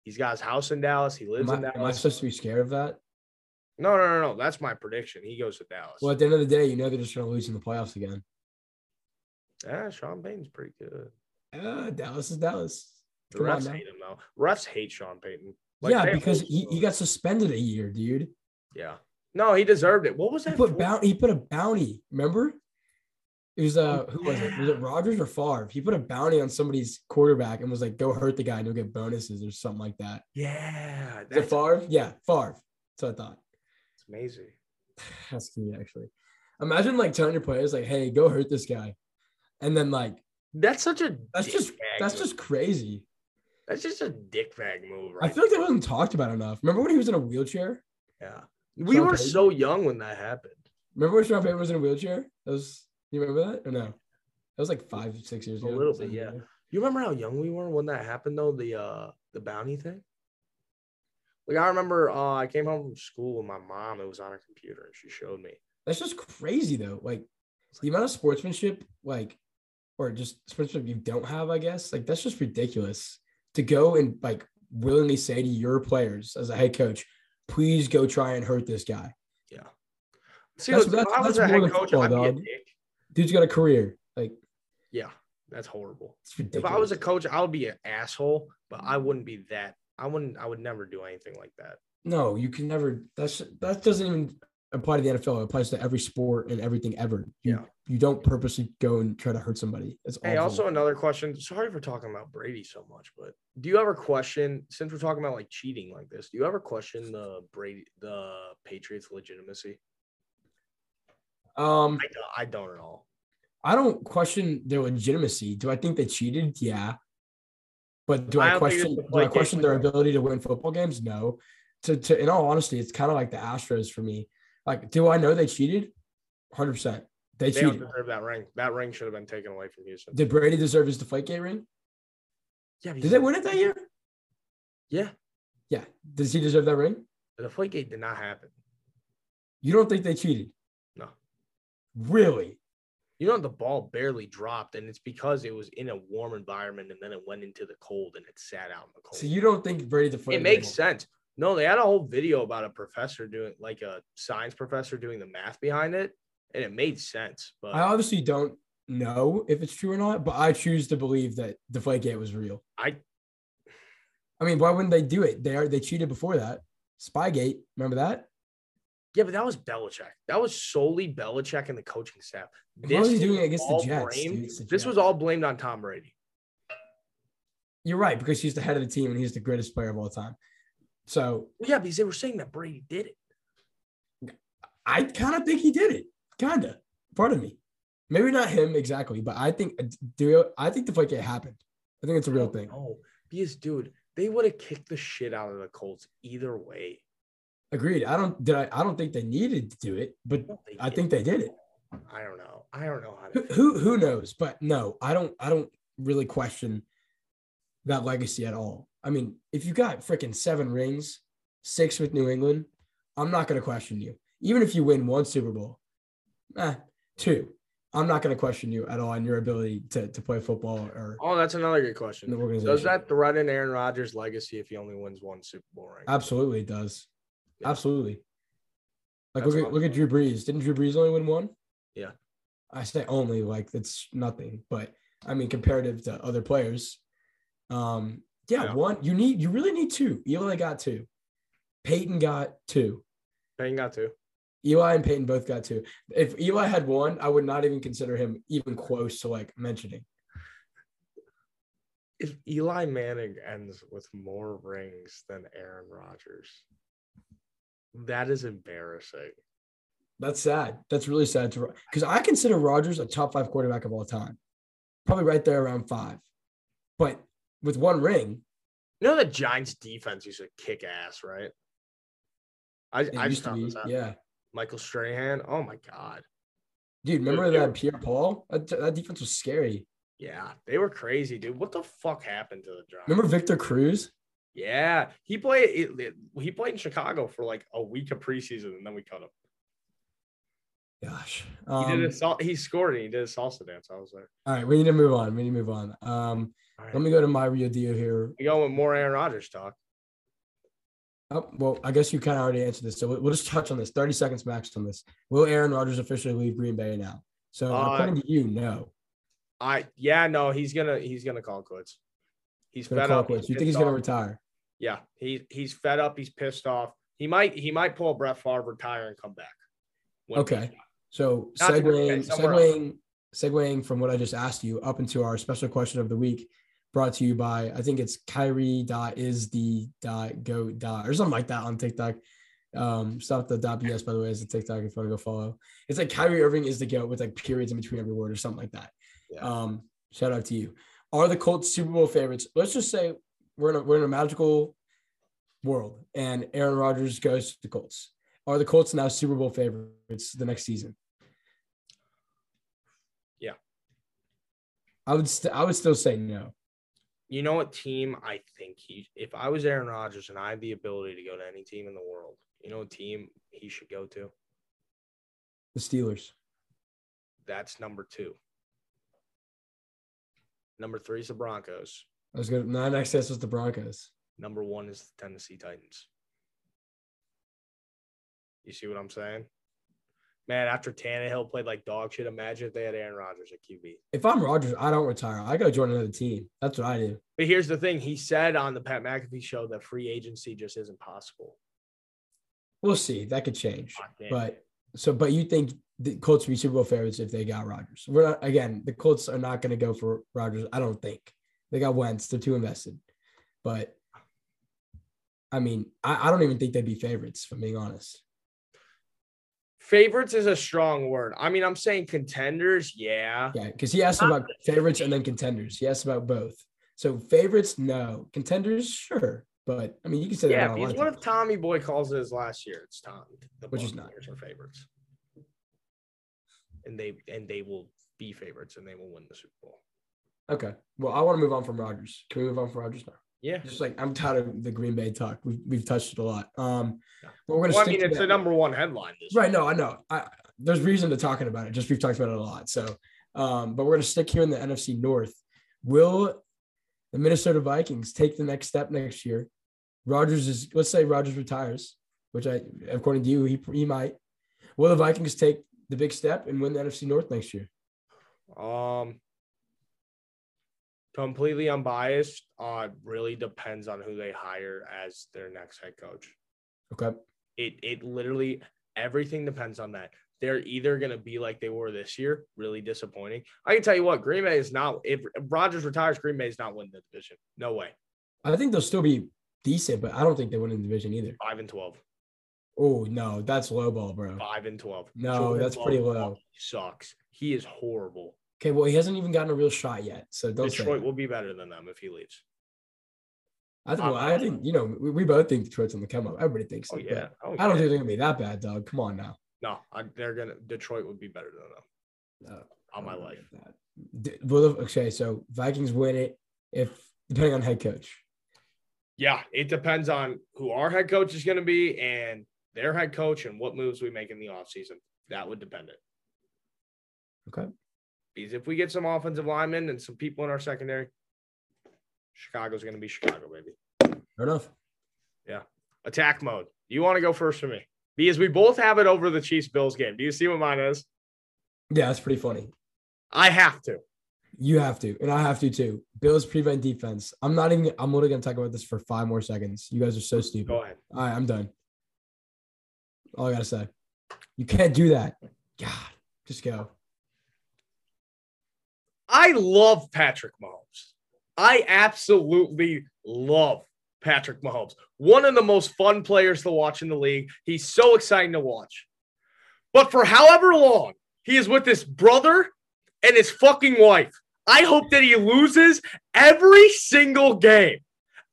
Speaker 1: He's got his house in Dallas. He lives
Speaker 2: Am I,
Speaker 1: in
Speaker 2: am I
Speaker 1: Dallas.
Speaker 2: supposed to be scared of that?
Speaker 1: No, no, no, no. That's my prediction. He goes to Dallas.
Speaker 2: Well, at the end of the day, you know they're just going to lose in the playoffs again.
Speaker 1: Yeah, Ah, Sean Payton's pretty good.
Speaker 2: Uh, Dallas is Dallas.
Speaker 1: The
Speaker 2: Come on
Speaker 1: refs
Speaker 2: now.
Speaker 1: hate him though. Refs hate Sean Payton.
Speaker 2: yeah,
Speaker 1: they-
Speaker 2: because he, he got suspended a year, dude.
Speaker 1: yeah. No, he deserved it. What was
Speaker 2: He
Speaker 1: that?
Speaker 2: put
Speaker 1: for?
Speaker 2: bounty. He put a bounty. Remember? It was uh, who was it? Was it Rogers or Favre? He put a bounty on somebody's quarterback and was like, "Go hurt the guy, and you'll get bonuses or something like that."
Speaker 1: yeah,
Speaker 2: Is it
Speaker 1: that's,
Speaker 2: Favre? Yeah, Favre. That's what I thought.
Speaker 1: that's amazing.
Speaker 2: That's key, actually. Imagine like telling your players, like, "Hey, go hurt this guy," and then like,
Speaker 1: That's such a
Speaker 2: That's
Speaker 1: dick
Speaker 2: just-
Speaker 1: bag
Speaker 2: that's
Speaker 1: move.
Speaker 2: just crazy.
Speaker 1: that's just a dick bag move,
Speaker 2: I
Speaker 1: right?
Speaker 2: feel like that wasn't talked about enough. Remember when he was in a wheelchair?
Speaker 1: yeah. We
Speaker 2: Sean
Speaker 1: were
Speaker 2: Payton?
Speaker 1: so young when that happened.
Speaker 2: Remember when Sean Payton was in a wheelchair? That was you remember that or no? That was like five, six years
Speaker 1: A
Speaker 2: ago.
Speaker 1: little bit,
Speaker 2: something
Speaker 1: yeah.
Speaker 2: like that.
Speaker 1: You remember how young we were when that happened though, the uh the bounty thing? Like I remember uh I came home from school with my mom, it was on her computer and she showed me.
Speaker 2: That's just crazy though. Like the amount of sportsmanship, like, or just sportsmanship you don't have, I guess. Like that's just ridiculous to go and like willingly say to your players as a head coach, please go try and hurt this guy.
Speaker 1: See,
Speaker 2: That's-
Speaker 1: look,
Speaker 2: that's-
Speaker 1: if I was
Speaker 2: that's
Speaker 1: a
Speaker 2: more
Speaker 1: head
Speaker 2: than
Speaker 1: coach,
Speaker 2: football,
Speaker 1: I'd be a
Speaker 2: dog.
Speaker 1: dick.
Speaker 2: Dude's got a career. Like
Speaker 1: Yeah, that's horrible.
Speaker 2: it's ridiculous.
Speaker 1: If I was a coach, I would be an asshole, but I wouldn't be that. I wouldn't I would never do anything like that.
Speaker 2: No, you can never. That's that doesn't even apply to the NFL. It applies to every sport and everything ever. You,
Speaker 1: Yeah.
Speaker 2: You don't purposely go and try to hurt somebody. It's
Speaker 1: Hey,
Speaker 2: awful.
Speaker 1: also another question. Sorry for talking about Brady so much, but do you ever question since we're talking about like cheating like this? Do you ever question the Brady the Patriots legitimacy?
Speaker 2: Um,
Speaker 1: I don't, I don't at all.
Speaker 2: I don't question their legitimacy. Do I think they cheated? Yeah. But do
Speaker 1: I
Speaker 2: I,
Speaker 1: don't think it's
Speaker 2: question
Speaker 1: the
Speaker 2: do
Speaker 1: play
Speaker 2: I question their
Speaker 1: game.
Speaker 2: ability to win football games? No. To, to in all honesty, it's kind of like the Astros for me. Like, do I know they cheated? Hundred percent. They
Speaker 1: They don't
Speaker 2: cheated.
Speaker 1: deserve that ring. That ring should have been taken away from Houston.
Speaker 2: Did Brady deserve his Deflategate ring?
Speaker 1: yeah, but
Speaker 2: Did they win it that year?
Speaker 1: Yeah,
Speaker 2: Yeah. Does he deserve that ring?
Speaker 1: the fight gate did not happen.
Speaker 2: You don't think they cheated?
Speaker 1: No.
Speaker 2: Really?
Speaker 1: You know the ball barely dropped, and it's because it was in a warm environment, and then it went into the cold, and it sat out in the cold.
Speaker 2: So you don't think Brady the
Speaker 1: it makes sense. No, they had a whole video about a professor doing like a science professor doing the math behind it, and it made sense. But
Speaker 2: I
Speaker 1: I,
Speaker 2: obviously don't know if it's true or not, but I choose to believe that Deflategate was real. I mean, why wouldn't they do it? They are they cheated before that. Spygate, remember that?
Speaker 1: yeah, but that was Belichick. That was solely Belichick and the coaching staff.
Speaker 2: And Why was he
Speaker 1: was
Speaker 2: doing it against the
Speaker 1: all
Speaker 2: Jets?
Speaker 1: blamed-
Speaker 2: dude? It's the
Speaker 1: This
Speaker 2: Jets.
Speaker 1: was all blamed on Tom Brady.
Speaker 2: You're right because he's the head of the team and he's the greatest player of all time. So
Speaker 1: Well, yeah, because they were saying that Brady did it.
Speaker 2: I kind of think he did it. Kinda. Part of me. Maybe not him exactly, but I think do I think Deflategate happened. I think it's a real thing.
Speaker 1: Oh, because dude, they would have kicked the shit out of the Colts either way.
Speaker 2: Agreed. I don't did I, I don't think they needed to do it, but
Speaker 1: They
Speaker 2: I
Speaker 1: did.
Speaker 2: think they did it.
Speaker 1: I don't know. I don't know how
Speaker 2: Who
Speaker 1: to.
Speaker 2: who, who knows? But no, I don't I don't really question that legacy at all. I mean, if you got freaking seven rings, six with New England, I'm not gonna question you. Even if you win one Super Bowl, eh, two, I'm not gonna question you at all on your ability to, to play football or
Speaker 1: Oh, that's another good
Speaker 2: in the
Speaker 1: question.
Speaker 2: organization.
Speaker 1: Does that threaten Aaron Rodgers' legacy if he only wins one Super Bowl ring?
Speaker 2: Absolutely, it does.
Speaker 1: Yeah.
Speaker 2: Absolutely. Like
Speaker 1: That's
Speaker 2: look at
Speaker 1: awesome.
Speaker 2: look at Drew Brees. Didn't Drew Brees only win one?
Speaker 1: Yeah.
Speaker 2: I say only like it's nothing, but I mean comparative to other players, um, yeah,
Speaker 1: Yeah.
Speaker 2: one you need you really need two. Eli got two, Peyton got two.
Speaker 1: Paying got two.
Speaker 2: Eli and Peyton both got two. If Eli had one, I would not even consider him even close to like mentioning.
Speaker 1: If Eli Manning ends with more rings than Aaron Rodgers, that is embarrassing.
Speaker 2: That's sad. That's really sad to because I consider Rodgers a top five quarterback of all time, probably right there around five. But with one ring,
Speaker 1: You know the Giants defense used to kick ass, right? I,
Speaker 2: it
Speaker 1: I just
Speaker 2: used to
Speaker 1: thought
Speaker 2: be
Speaker 1: this out.
Speaker 2: yeah.
Speaker 1: Michael Strahan. Oh my god.
Speaker 2: Dude, remember
Speaker 1: they
Speaker 2: that Pierre Paul? That, that defense was scary.
Speaker 1: Yeah, they were crazy, dude. What the fuck happened to the Giants?
Speaker 2: Remember Victor Cruz?
Speaker 1: Yeah, he played. it- it- He played in Chicago for like a week of preseason, and then we cut him.
Speaker 2: Gosh.
Speaker 1: He
Speaker 2: Um,
Speaker 1: did a sal- He scored. And he did a salsa dance. I was like,
Speaker 2: all right, we need to move on. We need to move on. Um,
Speaker 1: all right.
Speaker 2: let me go to my Rio Dio here.
Speaker 1: We going with more Aaron Rodgers talk.
Speaker 2: Oh, well, I guess you kind of already answered this. So we'll, we'll just touch on this. 30 seconds max on this. Will Aaron Rodgers officially leave Green Bay now? So
Speaker 1: Uh,
Speaker 2: according to you, no.
Speaker 1: I yeah, no, he's gonna he's gonna call it quits. He's
Speaker 2: He's going to
Speaker 1: fed
Speaker 2: call
Speaker 1: up.
Speaker 2: it quits. You think
Speaker 1: pissed
Speaker 2: he's going to
Speaker 1: off.
Speaker 2: retire?
Speaker 1: Yeah, he he's fed up. He's pissed off. He might he might pull a Brett Favre, retire, and come back. When-
Speaker 2: Okay. So
Speaker 1: Not to Green Bay,
Speaker 2: segueing,
Speaker 1: somewhere else.
Speaker 2: segueing, segueing from what I just asked you up into our special question of the week, brought to you by I think it's Kyrie dot is the dot go dot or something like that on TikTok. Um, stop the dot bs by the way is the TikTok if you want to go follow. It's like Kyrie Irving is the go with like periods in between every word or something like that.
Speaker 1: Yeah.
Speaker 2: Um, shout out to you. Are the Colts Super Bowl favorites? Let's just say we're in a, we're in a magical world and Aaron Rodgers goes to the Colts. Are the Colts now Super Bowl favorites the next season?
Speaker 1: Yeah.
Speaker 2: I would st- I would still say no.
Speaker 1: You know what team I think he if I was Aaron Rodgers and I had the ability to go to any team in the world, you know what team he should go to?
Speaker 2: The Steelers.
Speaker 1: That's number two. Number three is the Broncos.
Speaker 2: I was going my next guess was the Broncos.
Speaker 1: Number one is the Tennessee Titans. You see what I'm saying? Man, after Tannehill played like dog shit, imagine if they had Aaron Rodgers at QB.
Speaker 2: If I'm Rodgers, I don't retire. I go join another team. That's what I do.
Speaker 1: But here's the thing he said on the Pat McAfee show that free agency just isn't possible.
Speaker 2: We'll see. That could change.
Speaker 1: Locked in.
Speaker 2: But so, but you think the Colts would be Super Bowl favorites if they got Rodgers? We're not again. The Colts are not going to go for Rodgers. I don't think they got Wentz. They're too invested. But I mean, I, I don't even think they'd be favorites. If I'm being honest.
Speaker 1: favorites is a strong word. I mean, I'm saying contenders, yeah.
Speaker 2: Yeah, because he
Speaker 1: Uh,
Speaker 2: asked about favorites and then contenders. He asked about both. So favorites, no. Contenders, sure. But I mean, you can say that.
Speaker 1: Yeah,
Speaker 2: about a
Speaker 1: because
Speaker 2: lot
Speaker 1: what
Speaker 2: of
Speaker 1: if Tommy Boy calls it as last year? It's Tom. The
Speaker 2: Which is not.
Speaker 1: Buccaneers are favorites, and they and they will be favorites, and they will win the Super Bowl.
Speaker 2: teams. okay. Well, I want to move on from Rodgers. Can we move on from Rodgers now?
Speaker 1: Yeah,
Speaker 2: Just like I'm tired of the Green Bay talk. We've, we've touched it a lot. Um,
Speaker 1: Yeah.
Speaker 2: but we're gonna.
Speaker 1: well, I
Speaker 2: stick
Speaker 1: mean,
Speaker 2: to
Speaker 1: it's
Speaker 2: that.
Speaker 1: the number one headline. This
Speaker 2: Right. No, I know. I, there's reason to talking about it. Just we've talked about it a lot. So, um, but we're going to stick here in the NFC North. Will the Minnesota Vikings take the next step next year? Rogers is, let's say Rogers retires, which I, according to you, he, he might. Will the Vikings take the big step and win the NFC North next year?
Speaker 1: Um, completely unbiased. Uh, really depends on who they hire as their next head coach.
Speaker 2: Okay.
Speaker 1: It it literally everything depends on that. They're either going to be like they were this year, really disappointing. I can tell you what, Green Bay is not. If Rodgers retires, Green Bay is not winning the division. No way.
Speaker 2: I think they'll still be decent, but I don't think they win in the division either.
Speaker 1: Five and twelve.
Speaker 2: Oh, no, that's low ball, bro.
Speaker 1: Five and twelve.
Speaker 2: No, that's pretty low.
Speaker 1: Sucks. He is horrible.
Speaker 2: Okay. Well, he hasn't even gotten a real shot yet. So don't say
Speaker 1: Detroit
Speaker 2: that.
Speaker 1: will be better than them if he leaves.
Speaker 2: I think, well, I think you know, we, we both think Detroit's on the come up. Everybody thinks.
Speaker 1: Uh, Oh
Speaker 2: it,
Speaker 1: yeah. Oh,
Speaker 2: but I
Speaker 1: yeah.
Speaker 2: don't think they're gonna be that bad, dog. Come on now.
Speaker 1: No, I, they're gonna. Detroit would be better than them.
Speaker 2: No,
Speaker 1: All my
Speaker 2: I don't
Speaker 1: life.
Speaker 2: get that. D- Well, the- okay, so Vikings win it if depending on head coach.
Speaker 1: Yeah, it depends on who our head coach is going to be and their head coach and what moves we make in the offseason. That would depend it.
Speaker 2: Okay.
Speaker 1: Because if we get some offensive linemen and some people in our secondary, Chicago's going to be Chicago, baby.
Speaker 2: Fair enough.
Speaker 1: Attack mode. You want to go first for me? Because we both have it over the Chiefs Bills game. Do you see what mine is?
Speaker 2: Yeah, that's pretty funny.
Speaker 1: I have to.
Speaker 2: You have to, and I have to too. Bills prevent defense. I'm not even. I'm only gonna talk about this for five more seconds. You guys are so stupid.
Speaker 1: Go ahead.
Speaker 2: All right, I'm done. All I gotta say. You can't do that. God, just go.
Speaker 1: I love Patrick Mahomes. I absolutely love Patrick Mahomes. One of the most fun players to watch in the league. He's so exciting to watch. But for however long he is with his brother and his fucking wife, I hope that he loses every single game.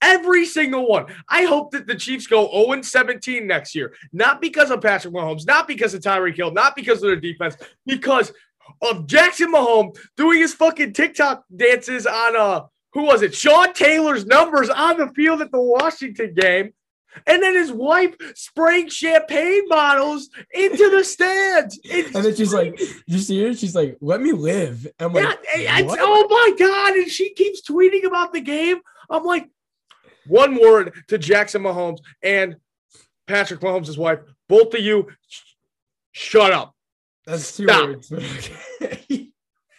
Speaker 1: Every single one. I hope that the Chiefs go 0 17 next year. Not because of Patrick Mahomes, not because of Tyreek Hill, not because of their defense, because of Jackson Mahomes doing his fucking TikTok dances on uh who was it? Sean Taylor's numbers on the field at the Washington game. And then his wife spraying champagne bottles into the stands. It's
Speaker 2: And then she's like, you see her? She's like, let me live. I'm
Speaker 1: Yeah,
Speaker 2: like,
Speaker 1: I- I-
Speaker 2: what?
Speaker 1: oh my god! And she keeps tweeting about the game. I'm like, one word to Jackson Mahomes and Patrick Mahomes' wife. Both of you, sh- shut up.
Speaker 2: that's two
Speaker 1: stop.
Speaker 2: words. Okay.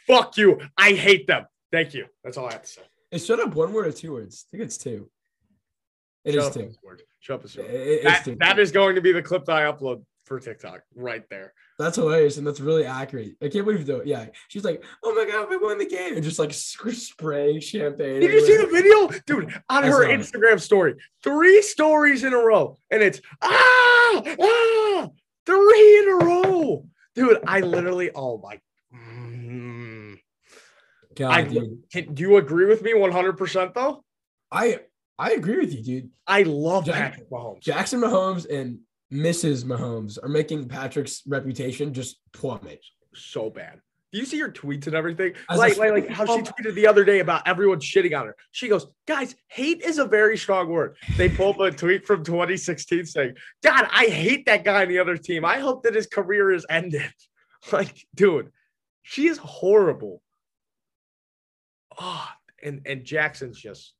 Speaker 1: Fuck you. I hate them. Thank you. That's all I have to say.
Speaker 2: Is shut up one word or two words? I think it's two. It
Speaker 1: shut
Speaker 2: is
Speaker 1: up
Speaker 2: two.
Speaker 1: is word. Shut up is
Speaker 2: It-
Speaker 1: word.
Speaker 2: it- it's
Speaker 1: That,
Speaker 2: two.
Speaker 1: that is going to be the clip that I upload for TikTok right there.
Speaker 2: That's hilarious, and that's really accurate. I can't believe though. Yeah, she's like, "Oh my god, we won the game!" and just like sc- spraying champagne.
Speaker 1: Did you see the
Speaker 2: everywhere.
Speaker 1: video, dude? On
Speaker 2: I
Speaker 1: her
Speaker 2: saw it.
Speaker 1: Instagram story, three stories in a row, and it's ah, ah, three in a row, dude. I literally, oh my. Mm.
Speaker 2: God,
Speaker 1: I-
Speaker 2: dude,
Speaker 1: Can, do you agree with me 100% though?
Speaker 2: I I agree with you, dude.
Speaker 1: I love
Speaker 2: Jack-
Speaker 1: Patrick Mahomes.
Speaker 2: Jackson Mahomes and Mrs. Mahomes are making Patrick's reputation just plummet.
Speaker 1: so bad. Do you see her tweets and everything?
Speaker 2: As
Speaker 1: Like,
Speaker 2: a-
Speaker 1: like, like how she tweeted the other day about everyone shitting on her. She goes, guys, hate is a very strong word. They pull up a tweet from 2016 saying, God, I hate that guy on the other team. I hope that his career is ended. Like, dude, she is horrible. Ah, and and Jackson's just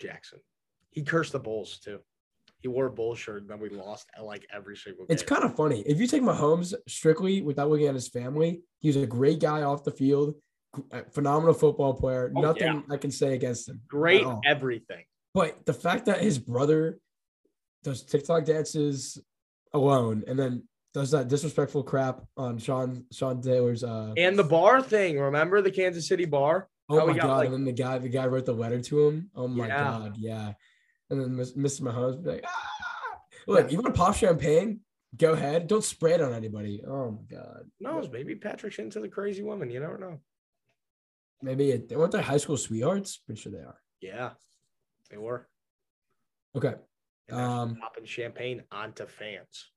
Speaker 1: Jackson. He cursed the Bulls too. He wore a bull shirt, and then we lost like every single game.
Speaker 2: It's kind of funny if you take Mahomes strictly without looking at his family. He was a great guy off the field, g- phenomenal football player.
Speaker 1: Oh,
Speaker 2: Nothing
Speaker 1: yeah.
Speaker 2: I can say against him.
Speaker 1: great
Speaker 2: all.
Speaker 1: everything.
Speaker 2: But the fact that his brother does TikTok dances alone and then does that disrespectful crap on Sean Sean Taylor's uh
Speaker 1: And the bar thing, remember the Kansas City bar? how
Speaker 2: oh
Speaker 1: we
Speaker 2: my
Speaker 1: got,
Speaker 2: god,
Speaker 1: like-
Speaker 2: and then the guy the guy wrote the letter to him. Oh my
Speaker 1: Yeah.
Speaker 2: god, yeah. And then Miss- Mr. Mahomes be like, ah! look, you want to pop champagne? Go ahead. Don't spray it on anybody. Oh my god.
Speaker 1: No, it's maybe Patrick's into the crazy woman. You never know.
Speaker 2: Maybe it, they weren't their high school sweethearts. Pretty sure they are.
Speaker 1: Yeah, they were.
Speaker 2: Okay.
Speaker 1: And that's
Speaker 2: Um,
Speaker 1: popping champagne onto fans.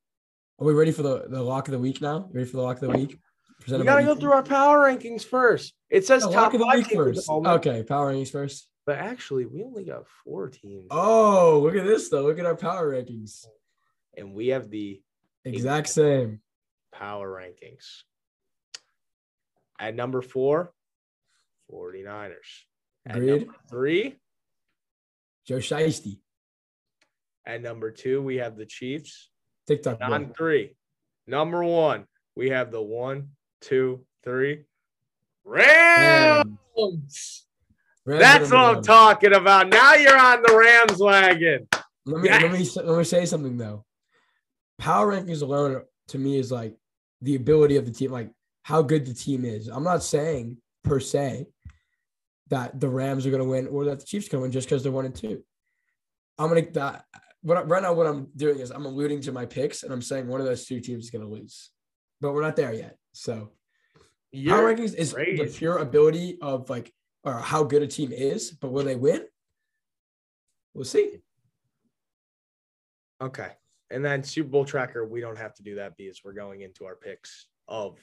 Speaker 2: Are we ready for the, the lock of the week now? You ready for the lock of the week?
Speaker 1: We
Speaker 2: Presented by
Speaker 1: gotta go
Speaker 2: Ethan?
Speaker 1: through our power rankings first. It says
Speaker 2: Oh,
Speaker 1: top
Speaker 2: lock of the
Speaker 1: five
Speaker 2: week
Speaker 1: teams at the
Speaker 2: first.
Speaker 1: moment,
Speaker 2: Okay, Power Rankings first.
Speaker 1: but actually we only got four teams,
Speaker 2: Oh, look at this though. Look at our power rankings.
Speaker 1: and we have the
Speaker 2: Exact same.
Speaker 1: power rankings. At number four, 49ers. At
Speaker 2: Agreed.
Speaker 1: number three,
Speaker 2: Joe Shiesty.
Speaker 1: at number two, we have the Chiefs.
Speaker 2: TikTok. boy.
Speaker 1: On three, number one, we have the one, two, three. Rams.
Speaker 2: Rams. Rams are
Speaker 1: That's
Speaker 2: number
Speaker 1: what I'm
Speaker 2: one.
Speaker 1: talking about. Now you're on the Rams wagon.
Speaker 2: Let me, let, me,
Speaker 1: Yes.
Speaker 2: say- let me say something though. Power rankings alone to me is like the ability of the team, like how good the team is. I'm not saying per se that the Rams are going to win or that the Chiefs going to win just because they're one and two. I'm going to that. What I- right now, what I'm doing is I'm alluding to my picks and I'm saying one of those two teams is going to lose, but we're not there yet. So power
Speaker 1: You're
Speaker 2: rankings is the
Speaker 1: crazy.
Speaker 2: pure ability of like or how good a team is, but will they win? We'll see.
Speaker 1: okay. And then Super Bowl tracker, we don't have to do that because we're going into our picks of.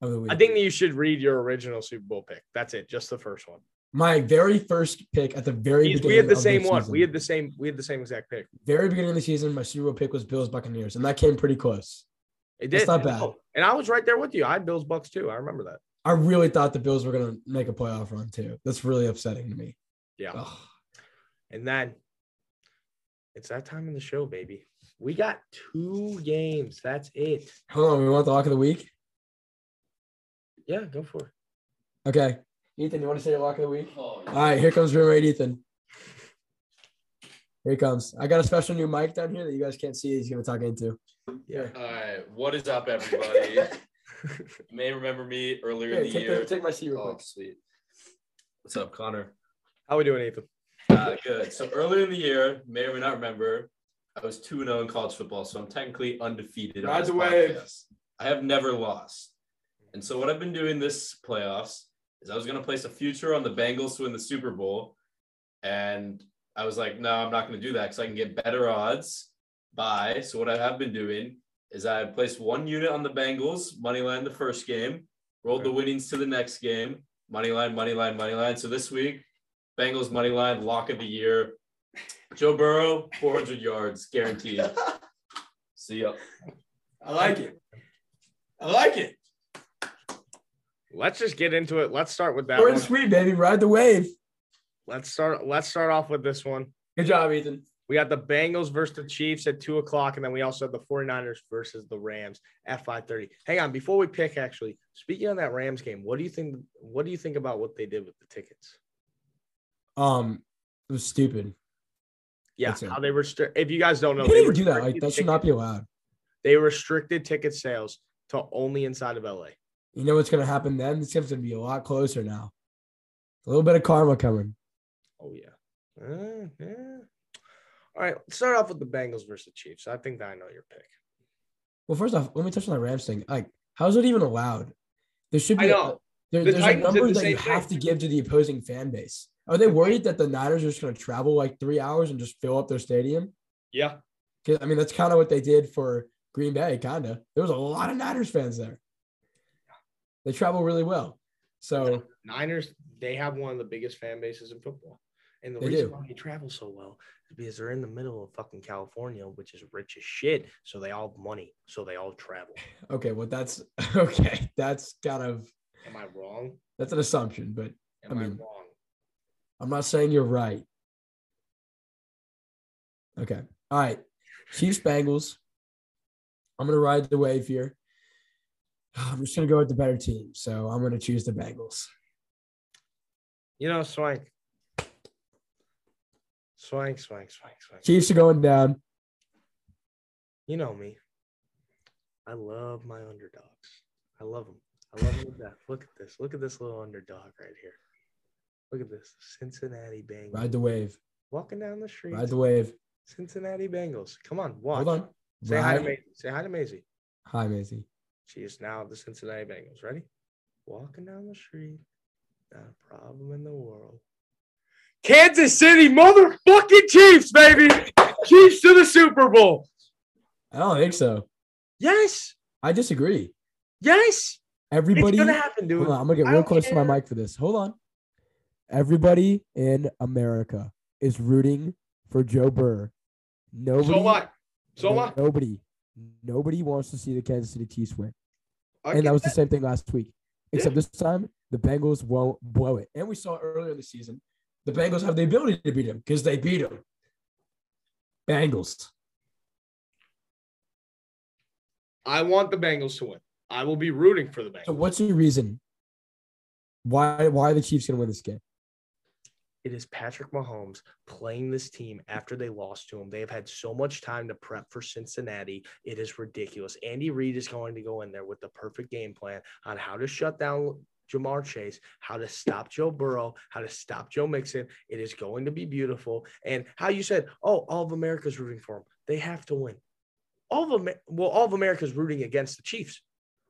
Speaker 2: of the
Speaker 1: I
Speaker 2: week.
Speaker 1: think that you should read your original Super Bowl pick. That's it, just the first one.
Speaker 2: my very first pick at the very
Speaker 1: Because
Speaker 2: beginning.
Speaker 1: We had the
Speaker 2: of
Speaker 1: same one.
Speaker 2: season-
Speaker 1: We had the same. We had the same exact pick.
Speaker 2: very beginning of the season. My Super Bowl pick was Bills Buccaneers, and that came pretty close.
Speaker 1: It did.
Speaker 2: That's not bad.
Speaker 1: Oh, And I was right there with you. I had Bills Bucks too. I remember that.
Speaker 2: I really thought the Bills were gonna make a playoff run too. That's really upsetting to me.
Speaker 1: Yeah.
Speaker 2: Ugh.
Speaker 1: And then it's that time in the show, baby. We got two games. That's it.
Speaker 2: Hold on, we want the lock of the week.
Speaker 1: Yeah, go for it.
Speaker 2: Okay,
Speaker 3: Oh,
Speaker 2: Ethan, you want to say your lock of the week? All right, here comes roommate Ethan. Here he comes. I got a special new mic down here that you guys can't see. He's going to talk into.
Speaker 1: Yeah.
Speaker 4: All right, what is up, everybody? you may remember me earlier
Speaker 2: Here,
Speaker 4: in the
Speaker 2: take,
Speaker 3: uh,
Speaker 4: year.
Speaker 2: the- take my seat real
Speaker 4: oh,
Speaker 2: quick.
Speaker 4: sweet. What's up, Connor?
Speaker 1: How we doing, Ethan?
Speaker 4: Uh, good. So earlier in the year, may or may not remember, I was 2 0 in college football. So I'm technically undefeated. on
Speaker 1: Ride
Speaker 4: this
Speaker 1: the wave.
Speaker 4: podcast. I have never lost. And so what I've been doing this playoffs is I was going to place a future on the Bengals to win the Super Bowl. And I was like, no, I'm not going to do that because I can get better odds by. So what I have been doing is I placed one unit on the Bengals, money line the first game, rolled the winnings to the next game, money line, money line, money line. So this week, Bengals money line lock of the year. Joe Burrow, 400 yards guaranteed. See ya.
Speaker 3: I like it. I like it.
Speaker 1: Let's just get into it. Let's start with that
Speaker 2: Short
Speaker 1: one.
Speaker 2: and sweet, baby. Ride the wave.
Speaker 1: Let's start. Let's start off with this one.
Speaker 2: Good job, Ethan.
Speaker 1: We got the Bengals versus the Chiefs at two o'clock, and then we also have the 49ers versus the Rams at 5:30. Hang on, before we pick, actually, speaking on that Rams game, what do you think? What do you think about what they did with the tickets?
Speaker 2: Um, it was stupid.
Speaker 1: Yeah,
Speaker 2: That's it.
Speaker 1: how they restrict. If you guys don't know,
Speaker 2: they
Speaker 1: they
Speaker 2: didn't do that. Like
Speaker 1: restricted
Speaker 2: that should
Speaker 1: ticket-
Speaker 2: not be allowed.
Speaker 1: They restricted ticket sales to only inside of LA.
Speaker 2: You know what's gonna happen then? This game's gonna be a lot closer now. A little bit of karma coming.
Speaker 1: Oh yeah. Uh, yeah. All right, let's start off with the Bengals versus the Chiefs. I think I know your pick.
Speaker 2: Well, first off, let me touch on the Rams thing. Like, how is it even allowed? There should be.
Speaker 1: I know.
Speaker 2: there-
Speaker 1: The
Speaker 2: there's a
Speaker 1: Titans did
Speaker 2: number
Speaker 1: the
Speaker 2: that you
Speaker 1: same
Speaker 2: have to give to the opposing fan base. Are they worried that the Niners are just gonna travel like three hours and just fill up their stadium?
Speaker 1: Yeah.
Speaker 2: 'Cause, I mean, that's kind of what they did for Green Bay. Kinda. There was a lot of Niners fans there. They travel really well. So
Speaker 1: Niners, they have one of the biggest fan bases in football. And the
Speaker 2: They
Speaker 1: reason
Speaker 2: do.
Speaker 1: why they travel so well is because they're in the middle of fucking California, which is rich as shit. So they all have money. So they all travel.
Speaker 2: okay, well that's okay. That's kind of
Speaker 1: Am I wrong?
Speaker 2: that's an assumption, but
Speaker 1: Am
Speaker 2: I
Speaker 1: I,
Speaker 2: mean-
Speaker 1: wrong?
Speaker 2: I'm not saying you're right. Okay. All right. Chiefs Bengals. I'm gonna ride the wave here. I'm just gonna go with the better team, so I'm gonna choose the Bengals.
Speaker 1: You know, Swank. Swank, swank, swank, swank.
Speaker 2: Chiefs are going down.
Speaker 1: You know me. I love my underdogs. I love them. I love them to death. Look at this. Look at this little underdog right here. Look at this. Cincinnati Bengals.
Speaker 2: Ride the wave.
Speaker 1: Walking down the street.
Speaker 2: Ride the wave.
Speaker 1: Cincinnati Bengals. Come on, watch.
Speaker 2: Hold on.
Speaker 1: Say hi to
Speaker 2: Ride-
Speaker 1: Maisie. Say hi to Maisie.
Speaker 2: Hi, Maisie.
Speaker 1: She is now the Cincinnati Bengals. Ready? Walking down the street. Not a problem in the world. Kansas City motherfucking Chiefs, baby. Chiefs to the Super Bowl.
Speaker 2: I don't think so.
Speaker 1: Yes.
Speaker 2: I disagree.
Speaker 1: Yes.
Speaker 2: Everybody.
Speaker 1: It's going to happen, dude.
Speaker 2: Hold on, I'm gonna get
Speaker 1: I
Speaker 2: real
Speaker 1: don't
Speaker 2: close to my
Speaker 1: care.
Speaker 2: mic for this. Hold on. Everybody in America is rooting for Joe Burr. Nobody.
Speaker 1: So what? So
Speaker 2: no-
Speaker 1: what?
Speaker 2: Nobody. Nobody wants to see the Kansas City Chiefs win,
Speaker 1: I
Speaker 2: and
Speaker 1: get
Speaker 2: that was
Speaker 1: that.
Speaker 2: the same thing last week. Except this time, the Bengals won't blow it. And we saw earlier in the season, the Bengals have the ability to beat them because they beat them. Bengals.
Speaker 1: I want the Bengals to win. I will be rooting for the Bengals.
Speaker 2: So, what's your reason? Why? Why are the Chiefs gonna win this game?
Speaker 1: It is Patrick Mahomes playing this team after they lost to him. They have had so much time to prep for Cincinnati. It is ridiculous. Andy Reid is going to go in there with the perfect game plan on how to shut down Jamar Chase, how to stop Joe Burrow, how to stop Joe Mixon. It is going to be beautiful. And how you said, oh, all of America's rooting for them. They have to win. All of Amer- well, all of America's rooting against the Chiefs.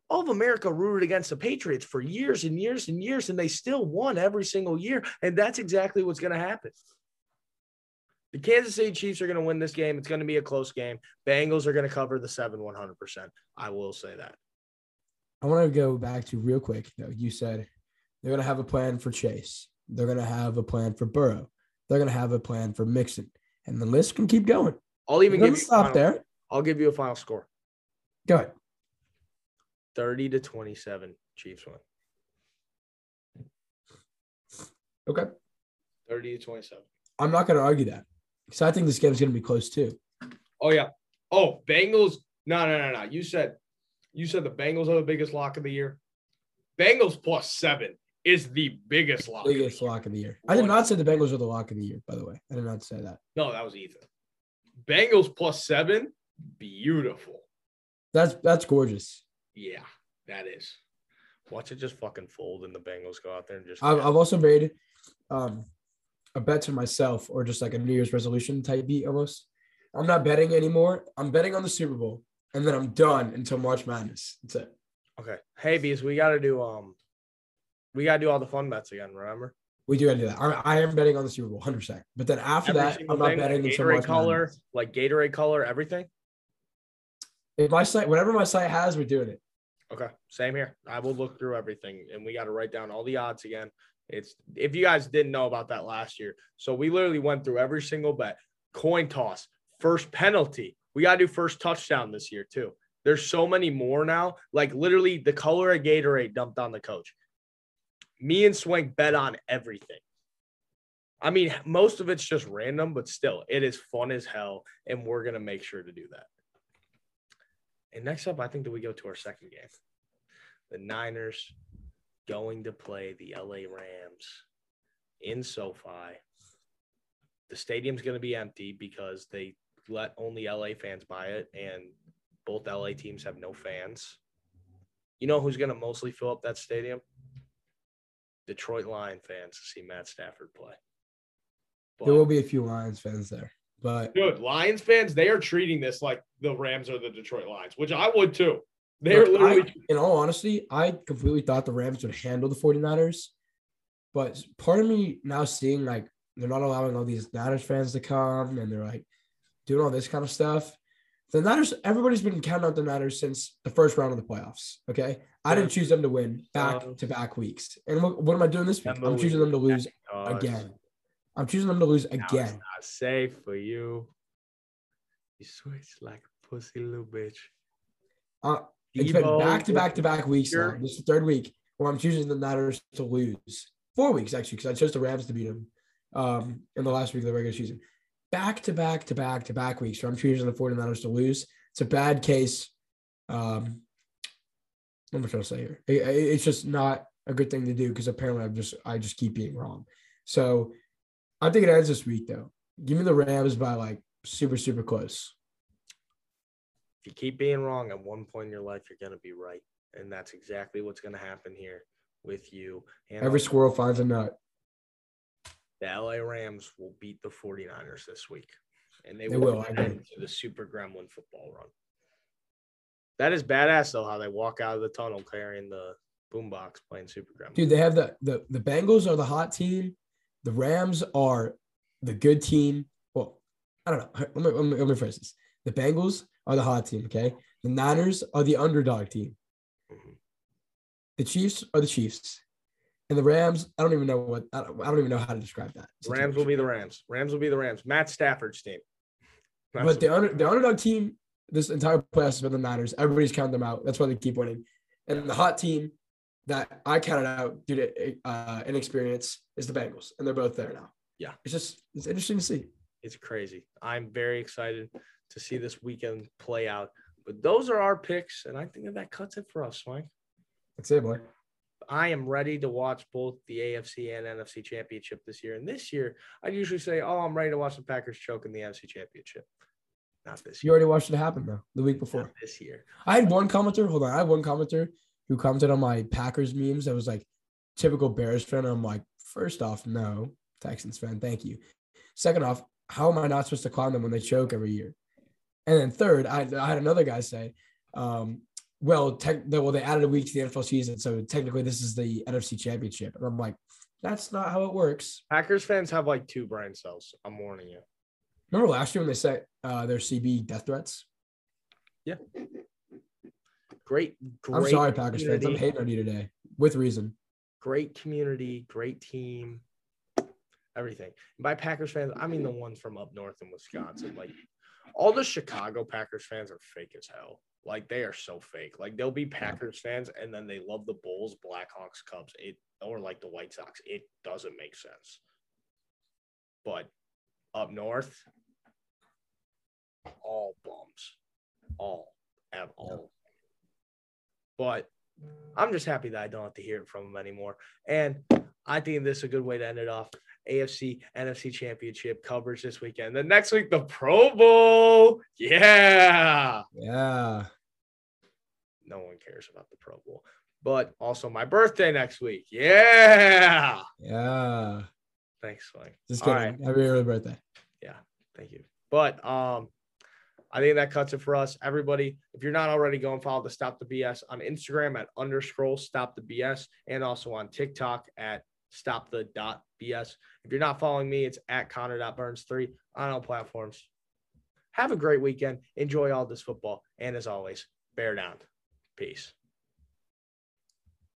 Speaker 1: all of America rooted against the Patriots for years and years and years, and they still won every single year. And that's exactly what's going to happen. The Kansas City Chiefs are going to win this game. It's going to be a close game. Bengals are going to cover the seven 100%. I will say that.
Speaker 2: I want to go back to real quick. Though you said they're going to have a plan for Chase, they're going to have a plan for Burrow, they're going to have a plan for Mixon, and the list can keep going.
Speaker 1: I'll even
Speaker 2: It
Speaker 1: give you
Speaker 2: doesn't
Speaker 1: a
Speaker 2: stop
Speaker 1: final-
Speaker 2: there.
Speaker 1: I'll give you a final score
Speaker 2: Go ahead.
Speaker 1: 30 to 27. Chiefs win.
Speaker 2: Okay,
Speaker 1: 30 to 27.
Speaker 2: I'm not going to argue that because I think this game's going to be close too.
Speaker 1: Oh, yeah. Oh, Bengals. No, no, no, no. You said, you said the Bengals are the biggest lock of the year. Bengals plus seven is the biggest lock.
Speaker 2: Biggest lock of the year. I did not say the Bengals are the lock of the year, by the way. I did not say that.
Speaker 1: No, that was Ethan. Bengals plus seven, beautiful.
Speaker 2: That's that's gorgeous.
Speaker 1: Yeah, that is. Watch it just fucking fold, and the Bengals go out there and just.
Speaker 2: I've, I've also made um, a bet to myself, or just like a New Year's resolution type beat almost. I'm not betting anymore. I'm betting on the Super Bowl, and then I'm done until March Madness. That's it.
Speaker 1: okay, hey bees, we gotta do um, we gotta do all the fun bets again. Remember
Speaker 2: We do gotta do that. I, I am betting on the Super Bowl, hundred percent. But then after that, I'm not
Speaker 1: thing,
Speaker 2: betting
Speaker 1: like
Speaker 2: until
Speaker 1: Gatorade
Speaker 2: March
Speaker 1: color,
Speaker 2: Madness.
Speaker 1: like Gatorade color, everything.
Speaker 2: If my site, whatever my site has, we're doing it.
Speaker 1: Okay, same here. I will look through everything, and we got to write down all the odds again. It's if you guys didn't know about that last year, so we literally went through every single bet, coin toss, first penalty. We got to do first touchdown this year too. There's so many more now. Like literally, the color of Gatorade dumped on the coach. Me and Swink bet on everything. I mean, most of it's just random, but still, it is fun as hell, and we're gonna make sure to do that. And next up, I think that we go to our second game. The Niners going to play the LA Rams in SoFi. The stadium's going to be empty because they let only LA fans buy it, and both LA teams have no fans. You know who's going to mostly fill up that stadium? Detroit Lion fans to see Matt Stafford play.
Speaker 2: There will be a few Lions fans there, but
Speaker 1: Dude, Lions fans, they are treating this like the Rams are the Detroit Lions, which I would too. They're
Speaker 2: Look, I-
Speaker 1: literally
Speaker 2: in all honesty, I completely thought the Rams would handle the 49ers. But part of me now seeing like they're not allowing all these Niners fans to come and they're like doing all this kind of stuff. The Niners, everybody's been counting out the Niners since the first round of the playoffs. Okay. I didn't choose them to win back
Speaker 1: Um,
Speaker 2: to back weeks. And what, what am I doing this week? I'm choosing them to lose
Speaker 1: Dogs.
Speaker 2: again. I'm choosing them to lose
Speaker 1: Now it's
Speaker 2: again.
Speaker 1: not safe for you. You switch like a pussy little bitch.
Speaker 2: Uh, It's been
Speaker 1: Debo
Speaker 2: back to back to back weeks now.
Speaker 1: Sure.
Speaker 2: This is the third week where I'm choosing the Niners to lose. Four weeks actually, because I chose the Rams to beat them um, in the last week of the regular season. Back to back to back to back weeks where I'm choosing the 49ers to lose. It's a bad case. Um, what am I trying to say here? It- it- it's just not a good thing to do because apparently I'm just I just keep being wrong. So I think it ends this week though. Give me the Rams by like super super close.
Speaker 1: If you keep being wrong, at one point in your life, you're gonna be right, and that's exactly what's gonna happen here with you. And
Speaker 2: Every
Speaker 1: also,
Speaker 2: squirrel finds a nut.
Speaker 1: the LA Rams will beat the 49ers this week, and they,
Speaker 2: They
Speaker 1: will,
Speaker 2: will, I
Speaker 1: end
Speaker 2: agree.
Speaker 1: to the Super Gremlin football run. That is badass though, how they walk out of the tunnel carrying the boombox playing Super Gremlin.
Speaker 2: Dude, they have the the the Bengals are the hot team. The Rams are the good team. Well, I don't know. Let me, let me, let me phrase this. The Bengals are the hot team. Okay. The Niners are the underdog team.
Speaker 1: Mhm.
Speaker 2: The Chiefs are the Chiefs, and the Rams. I don't even know what. I don't, I don't even know how to describe that.
Speaker 1: Rams will be the Rams. Rams will be the Rams. Matt Stafford's team. That's
Speaker 2: But the under, the underdog team this entire playoffs has been the Niners. Everybody's counting them out. That's why they keep winning. And the hot team that I counted out due to uh, inexperience is the Bengals, and they're both there now.
Speaker 1: Yeah.
Speaker 2: it's just it's interesting to see.
Speaker 1: It's crazy. I'm very excited to see this weekend play out. But those are our picks, and I think that, that cuts it for us, Mike.
Speaker 2: That's it, boy.
Speaker 1: I am ready to watch both the AFC and NFC championship this year. And this year, I usually say, "Oh, I'm ready to watch the Packers choke in the NFC championship." Not this
Speaker 2: You
Speaker 1: year.
Speaker 2: already watched it happen though the week
Speaker 1: Not
Speaker 2: before.
Speaker 1: this year.
Speaker 2: I had one commenter. Hold on, I had one commenter who commented on my Packers memes that was like typical Bears fan. I'm like, first off, no Texans fan, thank you. Second off, how am I not supposed to clown them when they choke every year? And then third, I, I had another guy say, um, well, tech, they- well, they added a week to the NFL season, so technically this is the NFC Championship. And I'm like, that's not how it works.
Speaker 1: Packers fans have like two brain cells. I'm warning you.
Speaker 2: Remember last year when they set uh, their CB death threats?
Speaker 1: Great, great.
Speaker 2: I'm sorry, Packers fans. I'm
Speaker 1: community.
Speaker 2: hating on you today with reason.
Speaker 1: great community, great team, everything. And by Packers fans, I mean the ones from up north in Wisconsin. Like all the Chicago Packers fans are fake as hell. Like they are so fake. Like they'll be Packers fans and then they love the Bulls, Blackhawks, Cubs, it or like the White Sox. It doesn't make sense. But up north, all bums, all at all. But I'm just happy that I don't have to hear it from him anymore. And I think this is a good way to end it off. AFC NFC Championship coverage this weekend. Then next week, the Pro Bowl. Yeah.
Speaker 2: Yeah.
Speaker 1: No one cares about the Pro Bowl. But also my birthday next week. Yeah.
Speaker 2: Yeah.
Speaker 1: Thanks, Swing.
Speaker 2: Just
Speaker 1: All
Speaker 2: kidding. Happy early birthday.
Speaker 1: Thank you. But um, I think that cuts it for us. Everybody, if you're not already, go and follow the Stop the BS on Instagram at underscroll stop the BS and also on TikTok at stop the dot BS. If you're not following me, it's at Connor.burns3 on all platforms. Have a great weekend. Enjoy all this football. And as always, bear down. Peace.